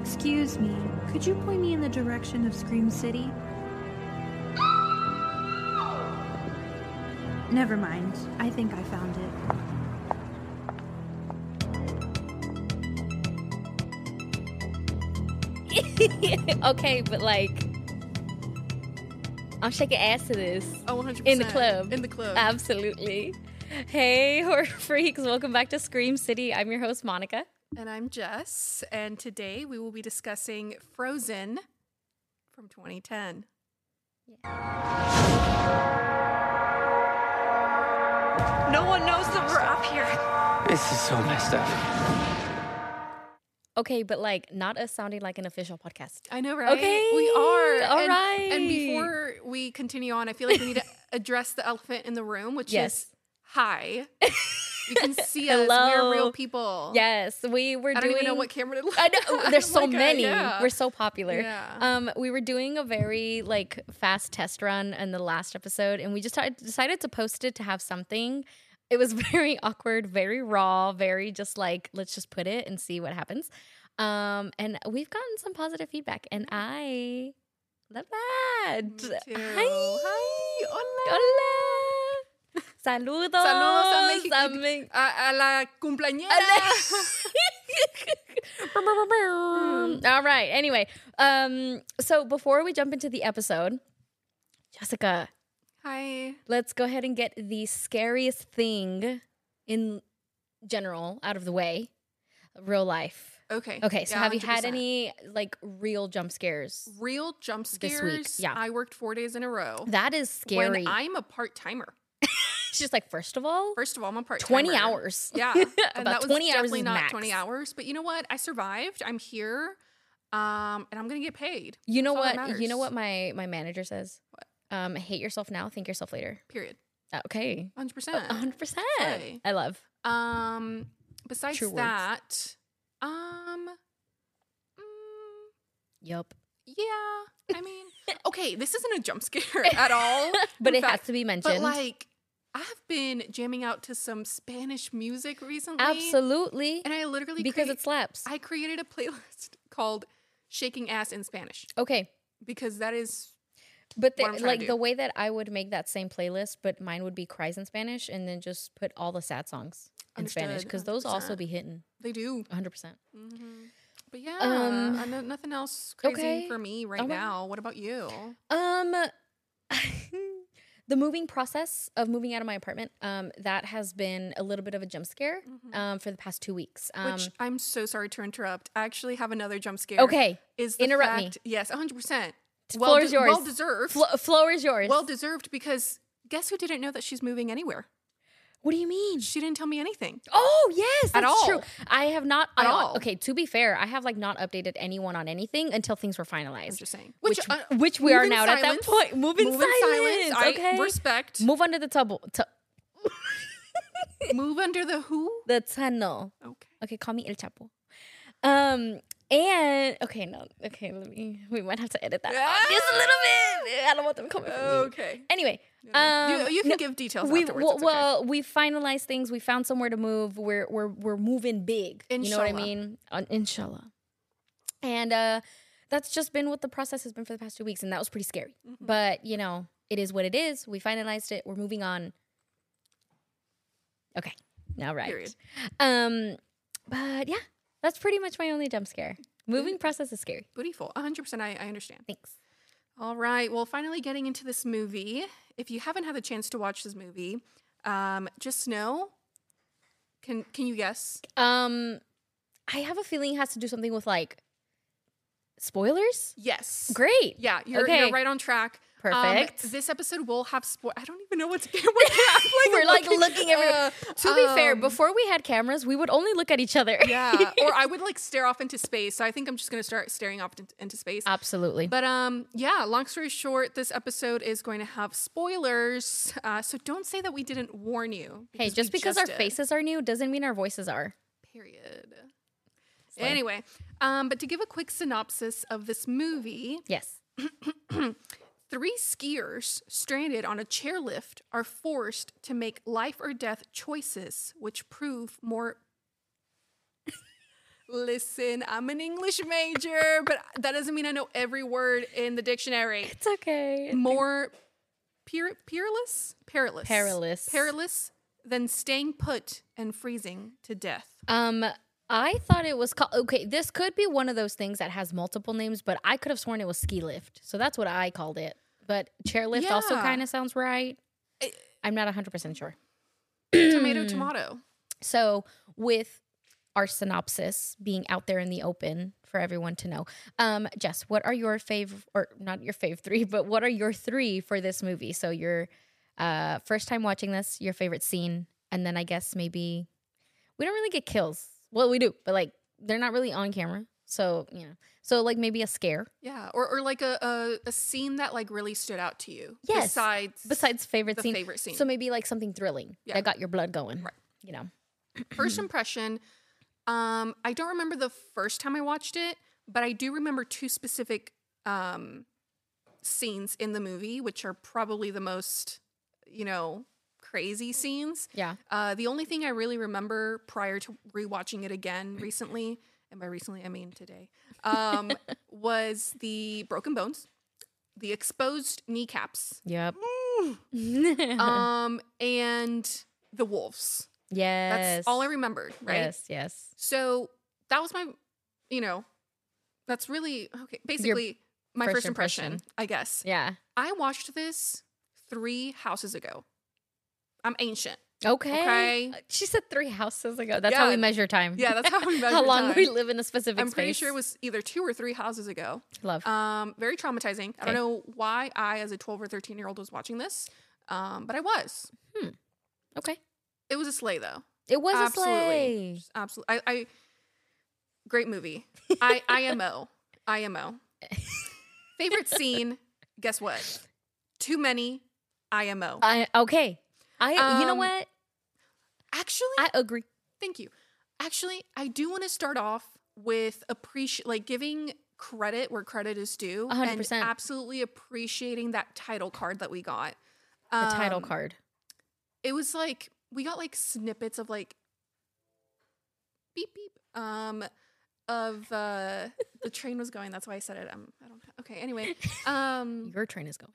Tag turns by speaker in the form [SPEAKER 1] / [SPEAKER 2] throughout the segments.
[SPEAKER 1] Excuse me, could you point me in the direction of Scream City? Never mind, I think I found it.
[SPEAKER 2] okay, but like, I'm shaking ass to this.
[SPEAKER 3] Oh, 100%.
[SPEAKER 2] In the club.
[SPEAKER 3] In the club.
[SPEAKER 2] Absolutely. Hey, horror freaks, welcome back to Scream City. I'm your host, Monica.
[SPEAKER 3] and I'm Jess, and today we will be discussing Frozen from 2010.
[SPEAKER 4] No one knows that we're up here.
[SPEAKER 5] This is so messed up.
[SPEAKER 2] Okay, but like, not us sounding like an official podcast.
[SPEAKER 3] I know, right?
[SPEAKER 2] Okay,
[SPEAKER 3] We are.
[SPEAKER 2] all
[SPEAKER 3] and, And
[SPEAKER 2] right.
[SPEAKER 3] before we continue on, I feel like we need to address the elephant in the room, which is
[SPEAKER 2] Yes.
[SPEAKER 3] hi. you can see us. We're
[SPEAKER 2] Hello.
[SPEAKER 3] real people.
[SPEAKER 2] Yes, we were
[SPEAKER 3] I don't
[SPEAKER 2] doing.
[SPEAKER 3] even know what camera to look
[SPEAKER 2] I know
[SPEAKER 3] at.
[SPEAKER 2] there's so
[SPEAKER 3] Like, uh,
[SPEAKER 2] many.
[SPEAKER 3] yeah.
[SPEAKER 2] We're so popular.
[SPEAKER 3] Yeah.
[SPEAKER 2] Um, we were doing a very like fast test run in the last episode, and we just t- decided to post it to have something. It was very awkward, very raw, very just like let's just put it and see what happens. Um, and we've gotten some positive feedback, and I love that.
[SPEAKER 3] Mm. Me too.
[SPEAKER 2] Hi.
[SPEAKER 3] Hi. Hola.
[SPEAKER 2] Hola. Saludos.
[SPEAKER 3] Saludos a Mexico.
[SPEAKER 2] a Me-
[SPEAKER 3] A, a la cumpleañera.
[SPEAKER 2] All right. Anyway, um, so before we jump into the episode, Jessica,
[SPEAKER 3] Hi.
[SPEAKER 2] let's go ahead and get the scariest thing in general out of the way. Real life.
[SPEAKER 3] Okay.
[SPEAKER 2] Okay, so
[SPEAKER 3] Yeah,
[SPEAKER 2] have you had
[SPEAKER 3] 100%.
[SPEAKER 2] any like real jump scares?
[SPEAKER 3] real jump
[SPEAKER 2] week,
[SPEAKER 3] scares?
[SPEAKER 2] yeah.
[SPEAKER 3] I worked four days in a row.
[SPEAKER 2] That is scary.
[SPEAKER 3] When I'm a part timer.
[SPEAKER 2] She's just like, first of all,
[SPEAKER 3] First of all, I'm a part timer.
[SPEAKER 2] 20 hours.
[SPEAKER 3] Yeah.
[SPEAKER 2] About
[SPEAKER 3] And that was
[SPEAKER 2] 20 hours
[SPEAKER 3] definitely
[SPEAKER 2] is
[SPEAKER 3] not
[SPEAKER 2] max.
[SPEAKER 3] 20 hours. But you know what? I survived. I'm here. Um, and I'm gonna get paid.
[SPEAKER 2] You know
[SPEAKER 3] That's all that
[SPEAKER 2] what? You know
[SPEAKER 3] matters.
[SPEAKER 2] what my my manager says. Um, hate yourself now, think yourself later.
[SPEAKER 3] Period.
[SPEAKER 2] Uh, Okay,
[SPEAKER 3] Hundred percent.
[SPEAKER 2] hundred percent.
[SPEAKER 3] Right.
[SPEAKER 2] I love.
[SPEAKER 3] Um besides
[SPEAKER 2] True words.
[SPEAKER 3] that, um mm,
[SPEAKER 2] Yup.
[SPEAKER 3] Yeah. I mean, okay, this isn't a jump scare at all.
[SPEAKER 2] But
[SPEAKER 3] In
[SPEAKER 2] it has
[SPEAKER 3] fact-
[SPEAKER 2] to be
[SPEAKER 3] But
[SPEAKER 2] mentioned.
[SPEAKER 3] like, I've been jamming out to some Spanish music recently.
[SPEAKER 2] Absolutely,
[SPEAKER 3] And I literally
[SPEAKER 2] because
[SPEAKER 3] crea-
[SPEAKER 2] it slaps.
[SPEAKER 3] I created a playlist called "Shaking Ass in Spanish"
[SPEAKER 2] okay,
[SPEAKER 3] because that is
[SPEAKER 2] but the,
[SPEAKER 3] What I'm trying to
[SPEAKER 2] like
[SPEAKER 3] do.
[SPEAKER 2] the way that I would make that same playlist, but mine would be cries in Spanish, and then just put all the sad songs in Spanish
[SPEAKER 3] Understood,
[SPEAKER 2] because those also
[SPEAKER 3] 100%.
[SPEAKER 2] be hitting
[SPEAKER 3] they do.
[SPEAKER 2] hundred percent.
[SPEAKER 3] Mhm. But yeah,
[SPEAKER 2] Um,
[SPEAKER 3] I know nothing else crazy
[SPEAKER 2] okay.
[SPEAKER 3] for me right
[SPEAKER 2] Oh my-
[SPEAKER 3] now. What about you?
[SPEAKER 2] Um, the moving process of moving out of my apartment, um, that has been a little bit of a jump scare, um, for the past two weeks. Um,
[SPEAKER 3] Mm-hmm. Which I'm so sorry to interrupt. I actually have another jump scare.
[SPEAKER 2] okay,
[SPEAKER 3] is the
[SPEAKER 2] interrupt me.
[SPEAKER 3] fact, Yes, 100. percent
[SPEAKER 2] floor is yours.
[SPEAKER 3] Well deserved.
[SPEAKER 2] Flo- floor is yours.
[SPEAKER 3] well deserved because guess who didn't know that she's moving anywhere?
[SPEAKER 2] what do you mean?
[SPEAKER 3] She didn't tell me anything.
[SPEAKER 2] Oh yes,
[SPEAKER 3] At
[SPEAKER 2] that's true.
[SPEAKER 3] all.
[SPEAKER 2] I have not
[SPEAKER 3] At
[SPEAKER 2] I-
[SPEAKER 3] all.
[SPEAKER 2] Okay, to be fair, I have like not updated anyone on anything until things were
[SPEAKER 3] I'm
[SPEAKER 2] finalized,
[SPEAKER 3] just saying.
[SPEAKER 2] which
[SPEAKER 3] uh,
[SPEAKER 2] which we
[SPEAKER 3] move
[SPEAKER 2] are
[SPEAKER 3] in
[SPEAKER 2] now at that
[SPEAKER 3] silence.
[SPEAKER 2] point. Move in
[SPEAKER 3] Move in
[SPEAKER 2] silence.
[SPEAKER 3] I
[SPEAKER 2] okay,
[SPEAKER 3] respect.
[SPEAKER 2] move under the tubble, tu-
[SPEAKER 3] Move under the who?
[SPEAKER 2] the tunnel.
[SPEAKER 3] Okay.
[SPEAKER 2] Okay, call me El Chapo. Um and okay, no, okay, let me. We might have to edit that out just a little bit. I don't want them coming. for me.
[SPEAKER 3] Okay.
[SPEAKER 2] Anyway,
[SPEAKER 3] Oh. You-
[SPEAKER 2] um,
[SPEAKER 3] you, can
[SPEAKER 2] no,
[SPEAKER 3] give details
[SPEAKER 2] we
[SPEAKER 3] afterwards.
[SPEAKER 2] well,
[SPEAKER 3] it's okay.
[SPEAKER 2] well, we finalized things. We found somewhere to move. We're we're we're moving big. You know what I
[SPEAKER 3] Inshallah.
[SPEAKER 2] mean? Uh, inshallah. And uh, that's just been what the process has been for the past two weeks, and that was pretty scary.
[SPEAKER 3] Mm-hmm.
[SPEAKER 2] But you know, it is what it is. We finalized it. We're moving on. Okay, now right.
[SPEAKER 3] Period.
[SPEAKER 2] Um, but yeah, that's pretty much my only jump scare.
[SPEAKER 3] Mm-hmm.
[SPEAKER 2] Moving process is scary.
[SPEAKER 3] Beautiful. 100%. I, I understand.
[SPEAKER 2] Thanks.
[SPEAKER 3] All right. Well, finally getting into this movie. If you haven't had the chance to watch this movie, um, just know. Can Can you guess?
[SPEAKER 2] Um, I have a feeling it has to do something with like spoilers.
[SPEAKER 3] Yes.
[SPEAKER 2] Great.
[SPEAKER 3] Yeah, you're, you're
[SPEAKER 2] Okay.
[SPEAKER 3] right on track. Um,
[SPEAKER 2] Perfect.
[SPEAKER 3] this episode will have spoil. I don't even know what's going on.
[SPEAKER 2] We're like looking everywhere. to be fair,
[SPEAKER 3] um,
[SPEAKER 2] before we had cameras, we would only look at each other.
[SPEAKER 3] yeah, or I would like stare off into space. So I think I'm just gonna start staring off into, into space.
[SPEAKER 2] Absolutely.
[SPEAKER 3] But um, yeah. Long story short, this episode is going to have spoilers. Uh, so don't say that we didn't warn you.
[SPEAKER 2] hey,
[SPEAKER 3] we
[SPEAKER 2] just because our
[SPEAKER 3] did.
[SPEAKER 2] faces are new doesn't mean our voices are.
[SPEAKER 3] Period. Anyway, um, but to give a quick synopsis of this movie,
[SPEAKER 2] Yes.
[SPEAKER 3] Three skiers stranded on a chairlift are forced to make life or death choices which prove more Listen, I'm an English major, but that doesn't mean I know every word in the dictionary.
[SPEAKER 2] It's okay.
[SPEAKER 3] More peer- peerless? Perilous.
[SPEAKER 2] Perilous.
[SPEAKER 3] Perilous than staying put and freezing to death.
[SPEAKER 2] Um, I thought it was called. Okay, this could be one of those things that has multiple names, but I could have sworn it was ski lift. So that's what I called it. But chairlift also
[SPEAKER 3] Yeah.
[SPEAKER 2] kind of sounds right. I'm not 100% sure. Hmm.
[SPEAKER 3] tomato, tomato.
[SPEAKER 2] So, with our synopsis being out there in the open for everyone to know, um, Jess, what are your fave or not your fave three, but what are your three for this movie? So your uh, first time watching this, your favorite scene, and then I guess maybe we don't really get kills. Well, we do, but like they're not really on camera. So you know, so like maybe a scare
[SPEAKER 3] Yeah, or, or like a, a a scene that like really stood out to you.
[SPEAKER 2] Yes.
[SPEAKER 3] Besides,
[SPEAKER 2] besides favorite
[SPEAKER 3] the
[SPEAKER 2] scene.
[SPEAKER 3] favorite scene.
[SPEAKER 2] So maybe like something thrilling
[SPEAKER 3] Yeah.
[SPEAKER 2] that got your blood going.
[SPEAKER 3] Right.
[SPEAKER 2] You know.
[SPEAKER 3] first impression, um, I don't remember the first time I watched it, but I do remember two specific um scenes in the movie, which are probably the most you know crazy scenes.
[SPEAKER 2] Yeah.
[SPEAKER 3] Uh, the only thing I really remember prior to rewatching it again recently, and by recently I mean today, um, was the broken bones, the exposed kneecaps,
[SPEAKER 2] Yep.
[SPEAKER 3] um, and the wolves.
[SPEAKER 2] yes.
[SPEAKER 3] That's all I remembered, right?
[SPEAKER 2] Yes. Yes.
[SPEAKER 3] So that was my, you know, that's really okay. Basically, my
[SPEAKER 2] first
[SPEAKER 3] first impression,
[SPEAKER 2] impression.
[SPEAKER 3] I guess.
[SPEAKER 2] Yeah.
[SPEAKER 3] I watched this three houses ago. I'm ancient.
[SPEAKER 2] Okay.
[SPEAKER 3] Okay.
[SPEAKER 2] Uh, She said three houses ago. That's how we
[SPEAKER 3] Yeah.
[SPEAKER 2] measure time.
[SPEAKER 3] Yeah, that's how we
[SPEAKER 2] how
[SPEAKER 3] measure
[SPEAKER 2] long we
[SPEAKER 3] time.
[SPEAKER 2] live in a specific
[SPEAKER 3] I'm pretty
[SPEAKER 2] space.
[SPEAKER 3] sure it was either two or three houses ago.
[SPEAKER 2] love.
[SPEAKER 3] Um, very traumatizing.
[SPEAKER 2] Okay.
[SPEAKER 3] I don't know why I, as a 12 or 13 year old, was watching this, um, but I was.
[SPEAKER 2] okay.
[SPEAKER 3] It was a sleigh, though.
[SPEAKER 2] It was
[SPEAKER 3] absolutely.
[SPEAKER 2] a sleigh.
[SPEAKER 3] Absolutely. I, I great movie. I IMO. IMO. Favorite scene, guess what? Too many IMO.
[SPEAKER 2] I okay. I you know
[SPEAKER 3] Um,
[SPEAKER 2] what?
[SPEAKER 3] Actually,
[SPEAKER 2] I agree.
[SPEAKER 3] thank you. Actually, I do want to start off with appreciate like giving credit where credit is due
[SPEAKER 2] A hundred
[SPEAKER 3] and
[SPEAKER 2] percent.
[SPEAKER 3] absolutely appreciating that title card that we got.
[SPEAKER 2] The title
[SPEAKER 3] Um,
[SPEAKER 2] card.
[SPEAKER 3] It was like we got like snippets of like beep beep um of uh the train was going that's why i said it um i don't okay anyway um
[SPEAKER 2] Your train is going.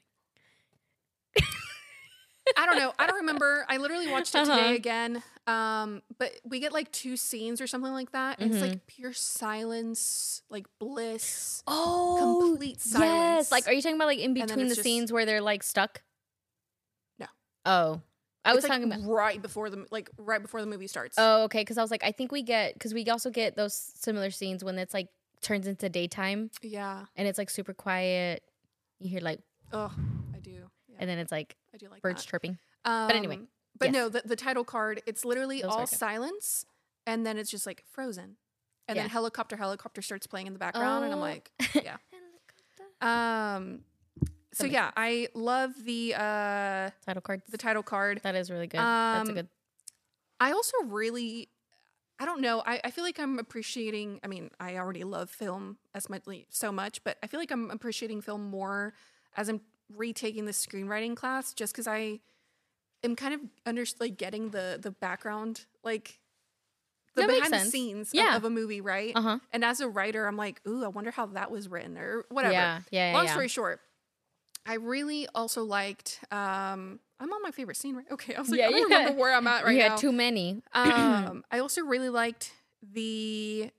[SPEAKER 3] i don't know i don't remember i literally watched it
[SPEAKER 2] Uh-huh.
[SPEAKER 3] today again um but we get like two scenes or something like that and it's
[SPEAKER 2] Mm-hmm.
[SPEAKER 3] like pure silence like bliss
[SPEAKER 2] Oh,
[SPEAKER 3] complete silence
[SPEAKER 2] Yes. Like, are you talking about like in
[SPEAKER 3] then
[SPEAKER 2] between the
[SPEAKER 3] it's just-
[SPEAKER 2] scenes where they're like stuck?
[SPEAKER 3] No.
[SPEAKER 2] Oh, I
[SPEAKER 3] It's,
[SPEAKER 2] was
[SPEAKER 3] like,
[SPEAKER 2] talking about.
[SPEAKER 3] right before the like right before the movie starts
[SPEAKER 2] Oh, okay. Because I was like, I think we get because we also get those similar scenes when it's like turns into daytime
[SPEAKER 3] yeah
[SPEAKER 2] and it's like super quiet. You hear like,
[SPEAKER 3] oh i do yeah,
[SPEAKER 2] and then it's like
[SPEAKER 3] i do like
[SPEAKER 2] birds
[SPEAKER 3] that.
[SPEAKER 2] chirping.
[SPEAKER 3] Um,
[SPEAKER 2] anyway,
[SPEAKER 3] but
[SPEAKER 2] yes.
[SPEAKER 3] no, the, the title card, it's literally
[SPEAKER 2] Those are
[SPEAKER 3] all
[SPEAKER 2] good.
[SPEAKER 3] silence and then it's just like frozen. And
[SPEAKER 2] Yeah.
[SPEAKER 3] then helicopter, helicopter starts playing in the background, and I'm
[SPEAKER 2] Oh.
[SPEAKER 3] like, yeah. Um, so
[SPEAKER 2] makes
[SPEAKER 3] yeah, I love the uh
[SPEAKER 2] Title cards.
[SPEAKER 3] the title card.
[SPEAKER 2] that is really good. That's a
[SPEAKER 3] Um,
[SPEAKER 2] good.
[SPEAKER 3] I also really, I don't know, I, I feel like I'm appreciating. I mean, I already love film as much so much, but I feel like I'm appreciating film more as I'm retaking the screenwriting class, just because I am kind of under like getting the the background like. The
[SPEAKER 2] That makes
[SPEAKER 3] behind the
[SPEAKER 2] sense.
[SPEAKER 3] scenes of-
[SPEAKER 2] Yeah.
[SPEAKER 3] of, a movie, right?
[SPEAKER 2] Uh huh.
[SPEAKER 3] And as a writer, I'm like, ooh, I wonder how that was written or whatever.
[SPEAKER 2] Yeah. Yeah.
[SPEAKER 3] Long
[SPEAKER 2] yeah.
[SPEAKER 3] story short, I really also liked. Um, I'm on my favorite scene, right? Okay, I was like,
[SPEAKER 2] Yeah,
[SPEAKER 3] I don't
[SPEAKER 2] yeah.
[SPEAKER 3] remember where I'm at right
[SPEAKER 2] you
[SPEAKER 3] now.
[SPEAKER 2] had too many.
[SPEAKER 3] Um, I also really liked the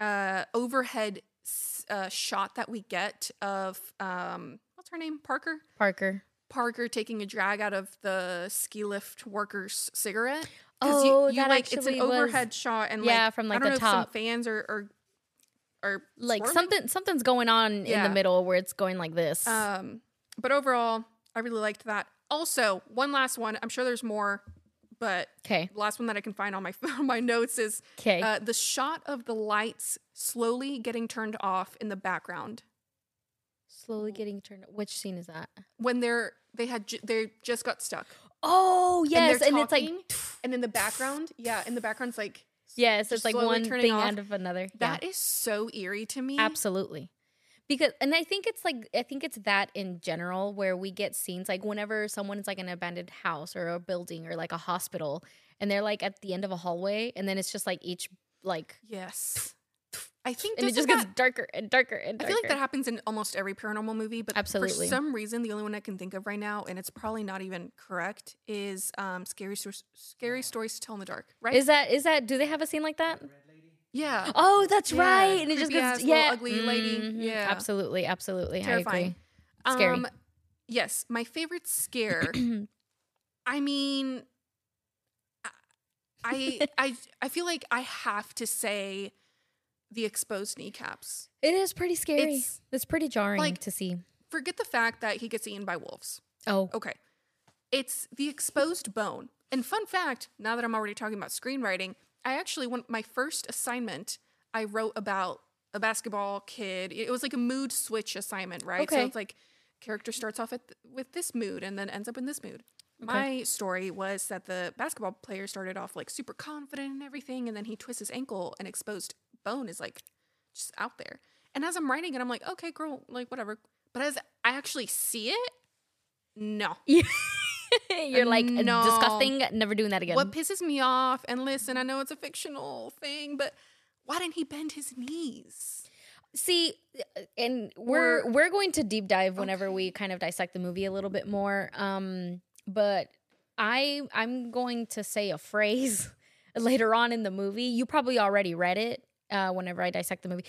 [SPEAKER 3] uh, overhead s- uh, shot that we get of um, what's her name, Parker.
[SPEAKER 2] Parker.
[SPEAKER 3] Parker taking a drag out of the ski lift worker's cigarette. 'Cause
[SPEAKER 2] Oh, that
[SPEAKER 3] like it's
[SPEAKER 2] actually
[SPEAKER 3] an
[SPEAKER 2] was-
[SPEAKER 3] overhead shot, and
[SPEAKER 2] Yeah,
[SPEAKER 3] like,
[SPEAKER 2] from,
[SPEAKER 3] I
[SPEAKER 2] like,
[SPEAKER 3] don't
[SPEAKER 2] the
[SPEAKER 3] know if
[SPEAKER 2] top.
[SPEAKER 3] some fans are are, are
[SPEAKER 2] Like
[SPEAKER 3] squirming.
[SPEAKER 2] something, something's going on in
[SPEAKER 3] Yeah.
[SPEAKER 2] the middle where it's going like this.
[SPEAKER 3] Um, but overall, I really liked that. Also, one last one. I'm sure there's more, but
[SPEAKER 2] Okay.
[SPEAKER 3] last one that I can find on my on my notes is
[SPEAKER 2] Okay.
[SPEAKER 3] uh, the shot of the lights slowly getting turned off in the background
[SPEAKER 2] Slowly getting turned. Which scene is that?
[SPEAKER 3] when they're they had ju- they just got stuck.
[SPEAKER 2] Oh yes,
[SPEAKER 3] they're
[SPEAKER 2] and, it's like
[SPEAKER 3] talking, And in the background, yeah, in the background's like
[SPEAKER 2] yes,
[SPEAKER 3] just
[SPEAKER 2] it's like
[SPEAKER 3] slowly
[SPEAKER 2] one
[SPEAKER 3] turning
[SPEAKER 2] thing
[SPEAKER 3] off.
[SPEAKER 2] out of another. yeah.
[SPEAKER 3] that is so eerie to me.
[SPEAKER 2] Absolutely. Because and I think it's like I think it's that in general where we get scenes like whenever someone's like an abandoned house or a building or like a hospital and they're like at the end of a hallway and then it's just like each like
[SPEAKER 3] Yes. I think
[SPEAKER 2] and it just
[SPEAKER 3] doesn't
[SPEAKER 2] gets
[SPEAKER 3] that-
[SPEAKER 2] darker and darker and
[SPEAKER 3] I
[SPEAKER 2] darker.
[SPEAKER 3] feel like that happens in almost every paranormal movie, but
[SPEAKER 2] Absolutely.
[SPEAKER 3] for some reason, the only one I can think of right now, and it's probably not even correct, is um, scary Stor- scary stories to tell in the dark, right?
[SPEAKER 2] Is that is that do they have a scene like that?
[SPEAKER 3] yeah,
[SPEAKER 2] Oh, that's
[SPEAKER 3] Yeah,
[SPEAKER 2] right. And it just
[SPEAKER 3] creepy
[SPEAKER 2] goes
[SPEAKER 3] ass little
[SPEAKER 2] yeah,
[SPEAKER 3] ugly lady.
[SPEAKER 2] mhm,
[SPEAKER 3] Yeah.
[SPEAKER 2] absolutely, absolutely.
[SPEAKER 3] terrifying.
[SPEAKER 2] I
[SPEAKER 3] Um,
[SPEAKER 2] agree. Scary.
[SPEAKER 3] yes, my favorite scare. I mean, I I I feel like I have to say the exposed kneecaps.
[SPEAKER 2] it is pretty scary. It's,
[SPEAKER 3] It's-
[SPEAKER 2] pretty jarring
[SPEAKER 3] like-
[SPEAKER 2] to see.
[SPEAKER 3] Forget the fact that he gets eaten by wolves.
[SPEAKER 2] Oh,
[SPEAKER 3] Okay. It's the exposed bone. And fun fact, now that I'm already talking about screenwriting, I actually went my first assignment I wrote about a basketball kid. It was like a mood switch assignment, right? So
[SPEAKER 2] Okay.
[SPEAKER 3] it's like character starts off at th- with this mood and then ends up in this mood. My story was that the basketball player started off like super confident and everything and then he twists his ankle and exposed bone is like just out there. And as I'm writing it, I'm like, okay, girl, like whatever. But as I actually see it, no.
[SPEAKER 2] you're like
[SPEAKER 3] No.
[SPEAKER 2] disgusting. Never doing that again.
[SPEAKER 3] What pisses me off, and listen, I know it's a fictional thing, but why didn't he bend his knees?
[SPEAKER 2] see uh, and we're
[SPEAKER 3] Or-
[SPEAKER 2] we're going to deep dive whenever we kind of dissect the movie a little bit more um but i i'm going to say a phrase later on in the movie you probably already read it uh whenever i dissect the movie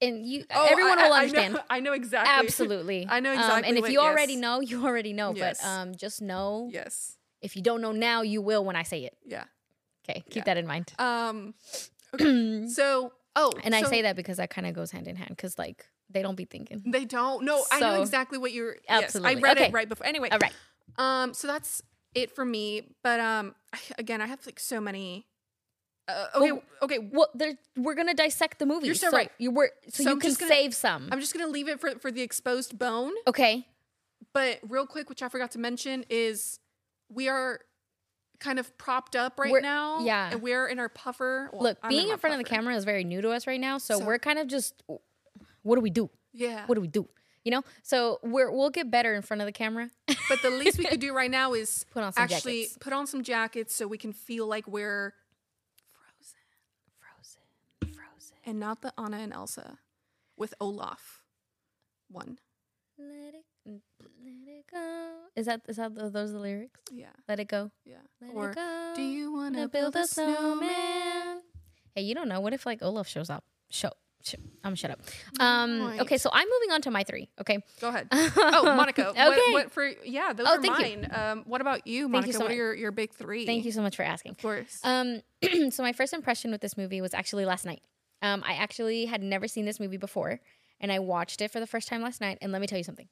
[SPEAKER 2] and you everyone
[SPEAKER 3] Oh,
[SPEAKER 2] will
[SPEAKER 3] I- I- I know-
[SPEAKER 2] understand
[SPEAKER 3] I know, exactly.
[SPEAKER 2] absolutely
[SPEAKER 3] I know
[SPEAKER 2] Um, and
[SPEAKER 3] exactly
[SPEAKER 2] if
[SPEAKER 3] what-
[SPEAKER 2] you already
[SPEAKER 3] yes.
[SPEAKER 2] know you already know
[SPEAKER 3] Yes.
[SPEAKER 2] but um just know
[SPEAKER 3] Yes.
[SPEAKER 2] if you don't know now you will when i say it
[SPEAKER 3] Yeah.
[SPEAKER 2] okay keep
[SPEAKER 3] Yeah.
[SPEAKER 2] that in mind
[SPEAKER 3] Um. okay. so, oh,
[SPEAKER 2] and i
[SPEAKER 3] so
[SPEAKER 2] say that because that kind of goes hand in hand because like they don't be thinking
[SPEAKER 3] they don't. No, I know
[SPEAKER 2] So-
[SPEAKER 3] exactly what you're.
[SPEAKER 2] Absolutely.
[SPEAKER 3] Yes, I read
[SPEAKER 2] Okay.
[SPEAKER 3] it right before. Anyway.
[SPEAKER 2] all right
[SPEAKER 3] Um. So that's it for me. But um. Again, I have like so many. Uh, okay.
[SPEAKER 2] Well,
[SPEAKER 3] okay.
[SPEAKER 2] Well, there, we're gonna dissect the movie.
[SPEAKER 3] You're so right.
[SPEAKER 2] You were so, you
[SPEAKER 3] So I'm
[SPEAKER 2] can
[SPEAKER 3] just gonna-
[SPEAKER 2] save some.
[SPEAKER 3] I'm just gonna leave it for for the exposed bone.
[SPEAKER 2] okay.
[SPEAKER 3] But real quick, which I forgot to mention, is we are kind of propped up right
[SPEAKER 2] We're-
[SPEAKER 3] now.
[SPEAKER 2] yeah.
[SPEAKER 3] And we're in our puffer. Well,
[SPEAKER 2] Look,
[SPEAKER 3] I'm
[SPEAKER 2] being
[SPEAKER 3] my
[SPEAKER 2] in front of the
[SPEAKER 3] puffer.
[SPEAKER 2] camera is very new to us right now, so,
[SPEAKER 3] So-
[SPEAKER 2] we're kind of just, what do we do?
[SPEAKER 3] Yeah.
[SPEAKER 2] What do we do? You know. So we're we'll get better in front of the camera.
[SPEAKER 3] But the least we could do right now is
[SPEAKER 2] Put on some
[SPEAKER 3] actually
[SPEAKER 2] jackets.
[SPEAKER 3] put on some jackets so we can feel like we're
[SPEAKER 2] Frozen, frozen.
[SPEAKER 3] and not the Anna and Elsa with Olaf. One.
[SPEAKER 2] Let it, let it go. Is that is that those are the lyrics?
[SPEAKER 3] Yeah.
[SPEAKER 2] Let it go.
[SPEAKER 3] Yeah.
[SPEAKER 2] Let
[SPEAKER 3] or
[SPEAKER 2] it go.
[SPEAKER 3] do you want
[SPEAKER 2] Wanna
[SPEAKER 3] to build a snowman?
[SPEAKER 2] Hey, you don't know. What if like Olaf shows up? Show. sh- I'm gonna shut up. Um,
[SPEAKER 3] Right.
[SPEAKER 2] okay, so I'm moving on to my three. Okay.
[SPEAKER 3] Go ahead. Oh, Monica.
[SPEAKER 2] okay.
[SPEAKER 3] What, what for? Yeah, those
[SPEAKER 2] Oh,
[SPEAKER 3] are
[SPEAKER 2] thank you.
[SPEAKER 3] mine. Um, what about you, Monica?
[SPEAKER 2] so
[SPEAKER 3] what
[SPEAKER 2] much.
[SPEAKER 3] are your, your big three?
[SPEAKER 2] Thank you so much for asking.
[SPEAKER 3] Of course.
[SPEAKER 2] Um, so my first impression with this movie was actually last night. Um, I actually had never seen this movie before, and I watched it for the first time last night. And let me tell you something.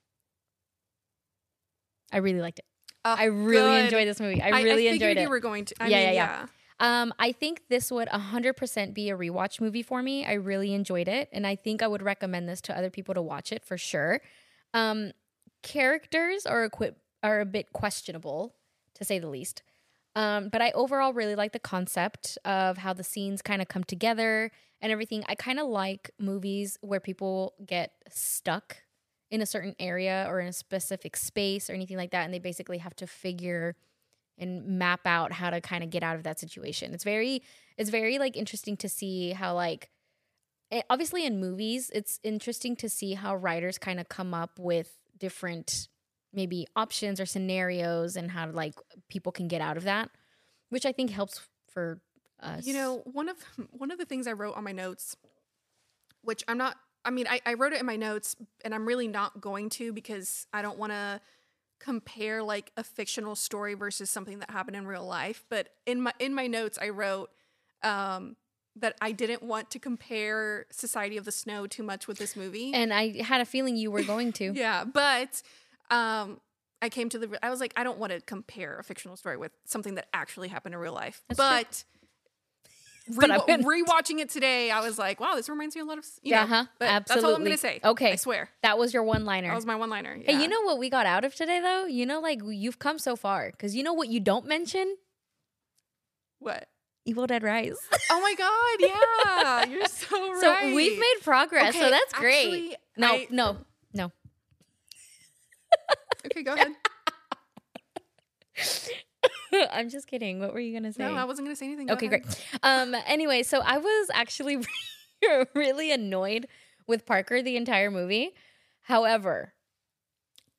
[SPEAKER 2] I really liked it.
[SPEAKER 3] Oh,
[SPEAKER 2] Uh, I really
[SPEAKER 3] good.
[SPEAKER 2] enjoyed this movie. I really
[SPEAKER 3] I
[SPEAKER 2] enjoyed
[SPEAKER 3] figured
[SPEAKER 2] it.
[SPEAKER 3] You were going to. I
[SPEAKER 2] Yeah,
[SPEAKER 3] mean,
[SPEAKER 2] yeah,
[SPEAKER 3] yeah,
[SPEAKER 2] yeah. um, I think this would 100% be a rewatch movie for me. I really enjoyed it, and I think I would recommend this to other people to watch it for sure. Um, characters are a qui- are a bit questionable, to say the least. Um, but I overall really like the concept of how the scenes kind of come together and everything. I kind of like movies where people get stuck in a certain area or in a specific space or anything like that, and they basically have to figure and map out how to kind of get out of that situation. It's very it's very like interesting to see how like eh, obviously in movies it's interesting to see how writers kind of come up with different maybe options or scenarios and how like people can get out of that, which I think helps for us.
[SPEAKER 3] You know, one of one of the things I wrote on my notes, which I'm not. I mean, I, I wrote it in my notes, and I'm really not going to because I don't want to compare like a fictional story versus something that happened in real life. But in my in my notes, I wrote um, that I didn't want to compare Society of the Snow too much with this movie.
[SPEAKER 2] and I had a feeling you were going to.
[SPEAKER 3] Yeah, but um I came to the I was like I don't want to compare a fictional story with something that actually happened in real life.
[SPEAKER 2] That's
[SPEAKER 3] but
[SPEAKER 2] But I
[SPEAKER 3] rewa-
[SPEAKER 2] went-
[SPEAKER 3] rewatching it today, I was like, wow, this reminds me a lot of you
[SPEAKER 2] Yeah,
[SPEAKER 3] know,
[SPEAKER 2] huh?
[SPEAKER 3] but That's all I'm
[SPEAKER 2] Absolutely.
[SPEAKER 3] going to say.
[SPEAKER 2] Okay.
[SPEAKER 3] I swear.
[SPEAKER 2] That was your one liner.
[SPEAKER 3] That was my one liner. Yeah.
[SPEAKER 2] Hey, you know what we got out of today though? You know, like you've come so far because you know what you don't mention?
[SPEAKER 3] what?
[SPEAKER 2] Evil Dead Rise.
[SPEAKER 3] Oh my god, yeah. You're so
[SPEAKER 2] So
[SPEAKER 3] right.
[SPEAKER 2] we've made progress. so
[SPEAKER 3] Okay,
[SPEAKER 2] that's great.
[SPEAKER 3] actually,
[SPEAKER 2] no,
[SPEAKER 3] I-
[SPEAKER 2] no, no.
[SPEAKER 3] Okay, go ahead.
[SPEAKER 2] I'm just kidding. What were you gonna say?
[SPEAKER 3] No, I wasn't going to say anything. Go
[SPEAKER 2] okay,
[SPEAKER 3] ahead.
[SPEAKER 2] great. Um, anyway, so I was actually you're really annoyed with Parker the entire movie. However,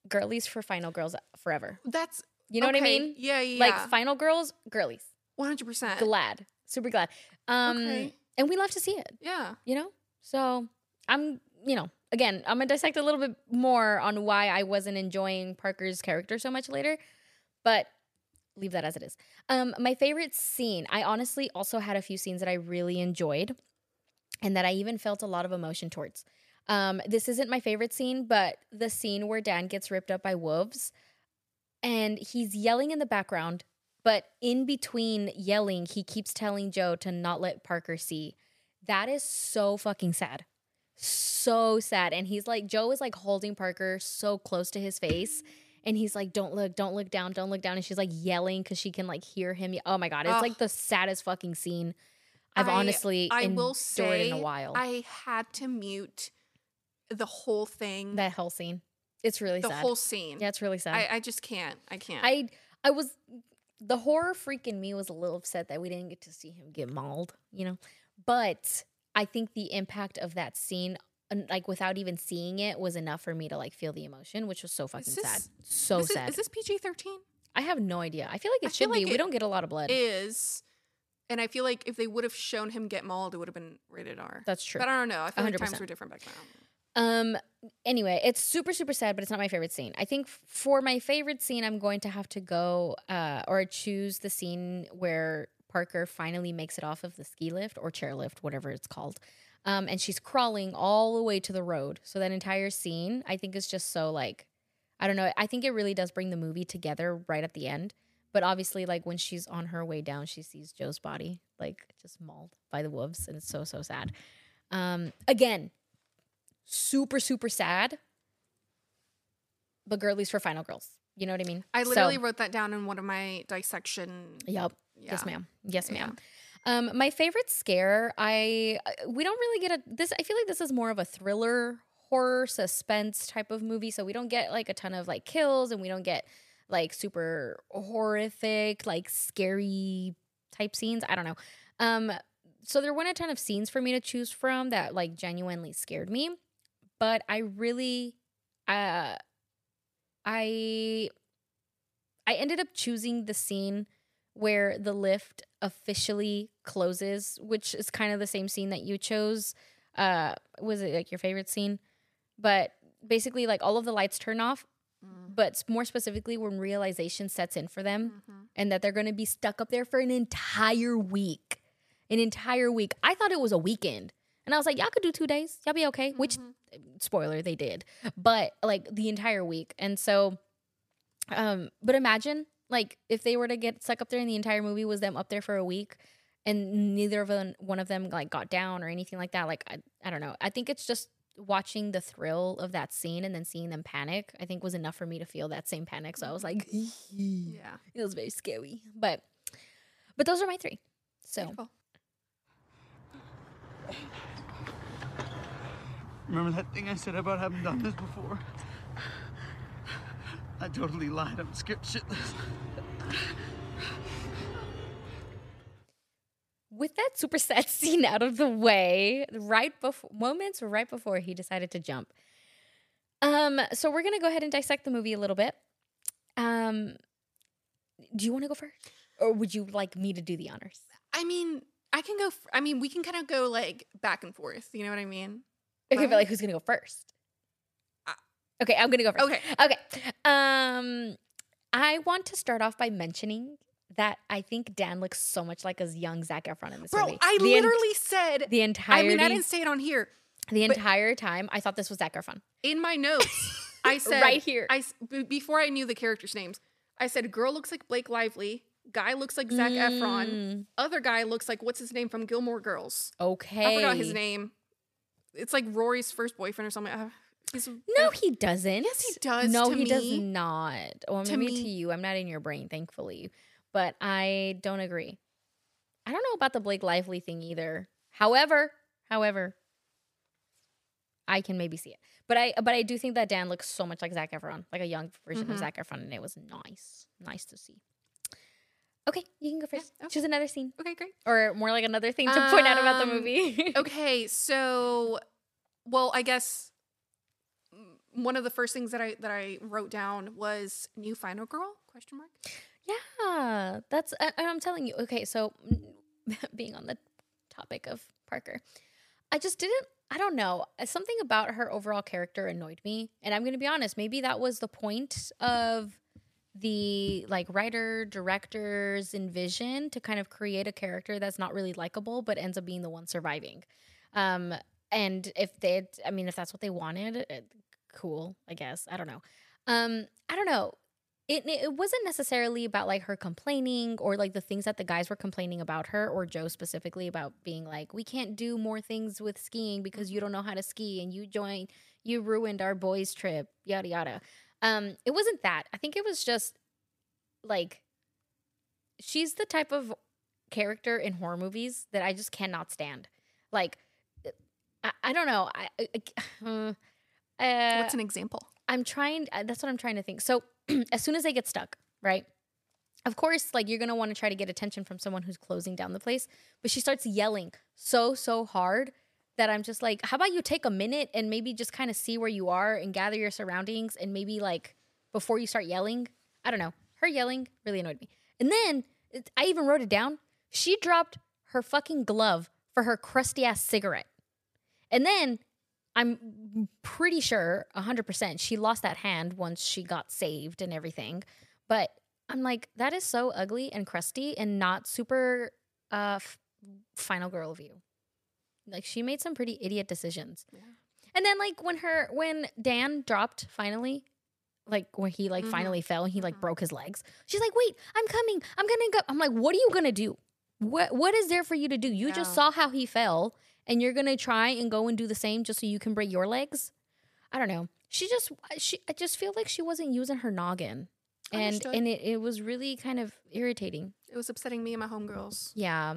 [SPEAKER 2] girlies for Final Girls forever.
[SPEAKER 3] That's
[SPEAKER 2] You know what I
[SPEAKER 3] okay.
[SPEAKER 2] mean?
[SPEAKER 3] Yeah, yeah.
[SPEAKER 2] Like Final Girls, girlies.
[SPEAKER 3] one hundred percent.
[SPEAKER 2] Glad, super glad. Um,
[SPEAKER 3] Okay.
[SPEAKER 2] and we love to see it.
[SPEAKER 3] Yeah.
[SPEAKER 2] You know, so I'm, you know, again, I'm gonna dissect a little bit more on why I wasn't enjoying Parker's character so much later, but leave that as it is. Um, my favorite scene. I honestly also had a few scenes that I really enjoyed, and that I even felt a lot of emotion towards. Um, this isn't my favorite scene, but the scene where Dan gets ripped up by wolves, and he's yelling in the background. But in between yelling, he keeps telling Joe to not let Parker see. That is so fucking sad. So sad. And he's like, Joe is like holding Parker so close to his face. And he's like, don't look, don't look down, don't look down. And she's like yelling because she can like hear him. Oh my God. It's
[SPEAKER 3] Ugh.
[SPEAKER 2] like the saddest fucking scene I've
[SPEAKER 3] I-
[SPEAKER 2] honestly
[SPEAKER 3] I will
[SPEAKER 2] endured
[SPEAKER 3] say
[SPEAKER 2] in a while.
[SPEAKER 3] I had to mute the whole thing.
[SPEAKER 2] that whole scene. It's really
[SPEAKER 3] the
[SPEAKER 2] sad.
[SPEAKER 3] whole scene.
[SPEAKER 2] yeah, it's really sad.
[SPEAKER 3] I, I just can't. I can't.
[SPEAKER 2] I I was the horror freak in me was a little upset that we didn't get to see him get mauled, you know. But I think the impact of that scene, and, like without even seeing it, was enough for me to like feel the emotion, which was so fucking sad,
[SPEAKER 3] this-
[SPEAKER 2] so
[SPEAKER 3] this
[SPEAKER 2] sad.
[SPEAKER 3] Is, is this PG thirteen?
[SPEAKER 2] I have no idea. I feel like
[SPEAKER 3] I
[SPEAKER 2] it
[SPEAKER 3] feel
[SPEAKER 2] should be.
[SPEAKER 3] like
[SPEAKER 2] we
[SPEAKER 3] it
[SPEAKER 2] don't get a lot of blood.
[SPEAKER 3] Is and I feel like if they would have shown him get mauled, it would have been rated R.
[SPEAKER 2] That's true.
[SPEAKER 3] But I don't know. I feel like
[SPEAKER 2] 100%.
[SPEAKER 3] times were different back then.
[SPEAKER 2] Um. Anyway, it's super super sad, but it's not my favorite scene. I think f- for my favorite scene, I'm going to have to go uh, or choose the scene where Parker finally makes it off of the ski lift or chairlift, whatever it's called. Um, and she's crawling all the way to the road. So that entire scene, I think, is just so like, I don't know. I think it really does bring the movie together right at the end. But obviously, like when she's on her way down, she sees Joe's body like just mauled by the wolves, and it's so so sad. Um, again, super super sad but girlies for final girls you know what i mean
[SPEAKER 3] I
[SPEAKER 2] So-
[SPEAKER 3] literally wrote that down in one of my dissection.
[SPEAKER 2] yep
[SPEAKER 3] Yeah.
[SPEAKER 2] yes ma'am yes
[SPEAKER 3] Yeah.
[SPEAKER 2] ma'am um my favorite scare i I- we don't really get a this i feel like this is more of a thriller horror suspense type of movie so we don't get like a ton of like kills and we don't get like super horrific like scary type scenes i don't know um so there weren't a ton of scenes for me to choose from that like genuinely scared me but i really uh i i ended up choosing the scene where the lift officially closes which is kind of the same scene that you chose uh was it like your favorite scene but basically like all of the lights turn off but s- more specifically when realization sets in for
[SPEAKER 3] Mm.
[SPEAKER 2] them
[SPEAKER 3] Mm-hmm.
[SPEAKER 2] and that they're going to be stuck up there for an entire week an entire week i thought it was a weekend and i was like y'all could do two days y'all be okay which spoiler they did but like the entire week and so um but imagine like if they were to get stuck up there and the entire movie was them up there for a week and neither of them one of them like got down or anything like that like i, I don't know i think it's just watching the thrill of that scene and then seeing them panic i think was enough for me to feel that same panic so i was like it
[SPEAKER 3] Yeah.
[SPEAKER 2] was very scary but but those are my three so
[SPEAKER 3] Beautiful.
[SPEAKER 5] Remember that thing I said about having done this before? I totally lied. I'm scared shitless.
[SPEAKER 2] with that super sad scene out of the way, right before moments right before he decided to jump. Um, so we're gonna go ahead and dissect the movie a little bit. Um, do you want to go first, or would you like me to do the honors?
[SPEAKER 3] I mean, I can go. f- I mean, we can kind of go like back and forth. You know what I mean?
[SPEAKER 2] Okay, but
[SPEAKER 3] Right.
[SPEAKER 2] like who's gonna go first? Okay, I'm gonna go first.
[SPEAKER 3] Okay.
[SPEAKER 2] Okay. Um, I want to start off by mentioning that I think Dan looks so much like a young Zac Efron in this
[SPEAKER 3] Bro,
[SPEAKER 2] movie.
[SPEAKER 3] I
[SPEAKER 2] The en-
[SPEAKER 3] literally said.
[SPEAKER 2] the
[SPEAKER 3] I
[SPEAKER 2] entirety,
[SPEAKER 3] mean, I didn't say it on here.
[SPEAKER 2] the entire time I thought this was Zac Efron.
[SPEAKER 3] In my notes, I said
[SPEAKER 2] Right here.
[SPEAKER 3] I s- b- before I knew the characters' names, I said girl looks like Blake Lively, guy looks like Zach
[SPEAKER 2] Mm,
[SPEAKER 3] Efron, other guy looks like what's his name from Gilmore Girls.
[SPEAKER 2] Okay.
[SPEAKER 3] I forgot his name. It's like Rory's first boyfriend or something. Uh, he's
[SPEAKER 2] No, he doesn't. Yes,
[SPEAKER 3] he does
[SPEAKER 2] No,
[SPEAKER 3] to
[SPEAKER 2] he does
[SPEAKER 3] me.
[SPEAKER 2] not. Well,
[SPEAKER 3] To
[SPEAKER 2] maybe
[SPEAKER 3] me.
[SPEAKER 2] to you. I'm not in your brain, thankfully. But I don't agree. I don't know about the Blake Lively thing either. However, however, I can maybe see it. But I but I do think that Dan looks
[SPEAKER 3] Mm-hmm.
[SPEAKER 2] so much like Zach Efron, like a young version of Zac Efron, and it was nice. Nice to see. Okay, you can go first.
[SPEAKER 3] oh.
[SPEAKER 2] Choose another scene,
[SPEAKER 3] Okay, great.
[SPEAKER 2] or more like another thing to point out about the
[SPEAKER 3] Um,
[SPEAKER 2] movie.
[SPEAKER 3] Okay, so well, I guess mm, one of the first things that I that I wrote down was new final girl question mark.
[SPEAKER 2] Yeah, that's I, I'm telling you. Okay, so being on the topic of Parker, I just didn't. I don't know. uh, Something about her overall character annoyed me, and I'm going to be honest. Maybe that was the point of the like writer director's envision to kind of create a character that's not really likable, but ends up being the one surviving. Um, and if they, I mean, if that's what they wanted, eh, cool. I guess I don't know. Um, I don't know it, it wasn't necessarily about like her complaining or like the things that the guys were complaining about her or Joe specifically about being like we can't do more things with skiing because you don't know how to ski and you joined you ruined our boys trip yada yada um it wasn't that i think it was just like she's the type of character in horror movies that i just cannot stand like i, I don't know i, I uh, uh,
[SPEAKER 3] What's an example?
[SPEAKER 2] I'm trying. uh, That's what I'm trying to think. So as soon as they get stuck, right? Of course, like you're gonna want to try to get attention from someone who's closing down the place. But she starts yelling so so hard that I'm just like, how about you take a minute and maybe just kind of see where you are and gather your surroundings and maybe like before you start yelling. I don't know. Her yelling really annoyed me. And then it- I even wrote it down. She dropped her fucking glove for her crusty ass cigarette. And then I'm pretty sure 100% she lost that hand once she got saved and everything. But I'm like, that is so ugly and crusty and not super uh, f- final girl of you. Like, she made some pretty idiot decisions. And then, like, when her, when Dan dropped finally, like, when he, like,
[SPEAKER 3] Mhm.
[SPEAKER 2] finally fell and he, like,
[SPEAKER 3] Mhm.
[SPEAKER 2] broke his legs, she's like, wait, I'm coming. I'm going to go. I'm like, what are you going to do? What, what is there for you to do? You just
[SPEAKER 3] Yeah.
[SPEAKER 2] saw how he fell and you're gonna try and go and do the same just so you can break your legs i don't know she just she i just feel like she wasn't using her noggin and
[SPEAKER 3] Understood.
[SPEAKER 2] and it, it was really kind of irritating
[SPEAKER 3] It was upsetting me and my homegirls.
[SPEAKER 2] yeah,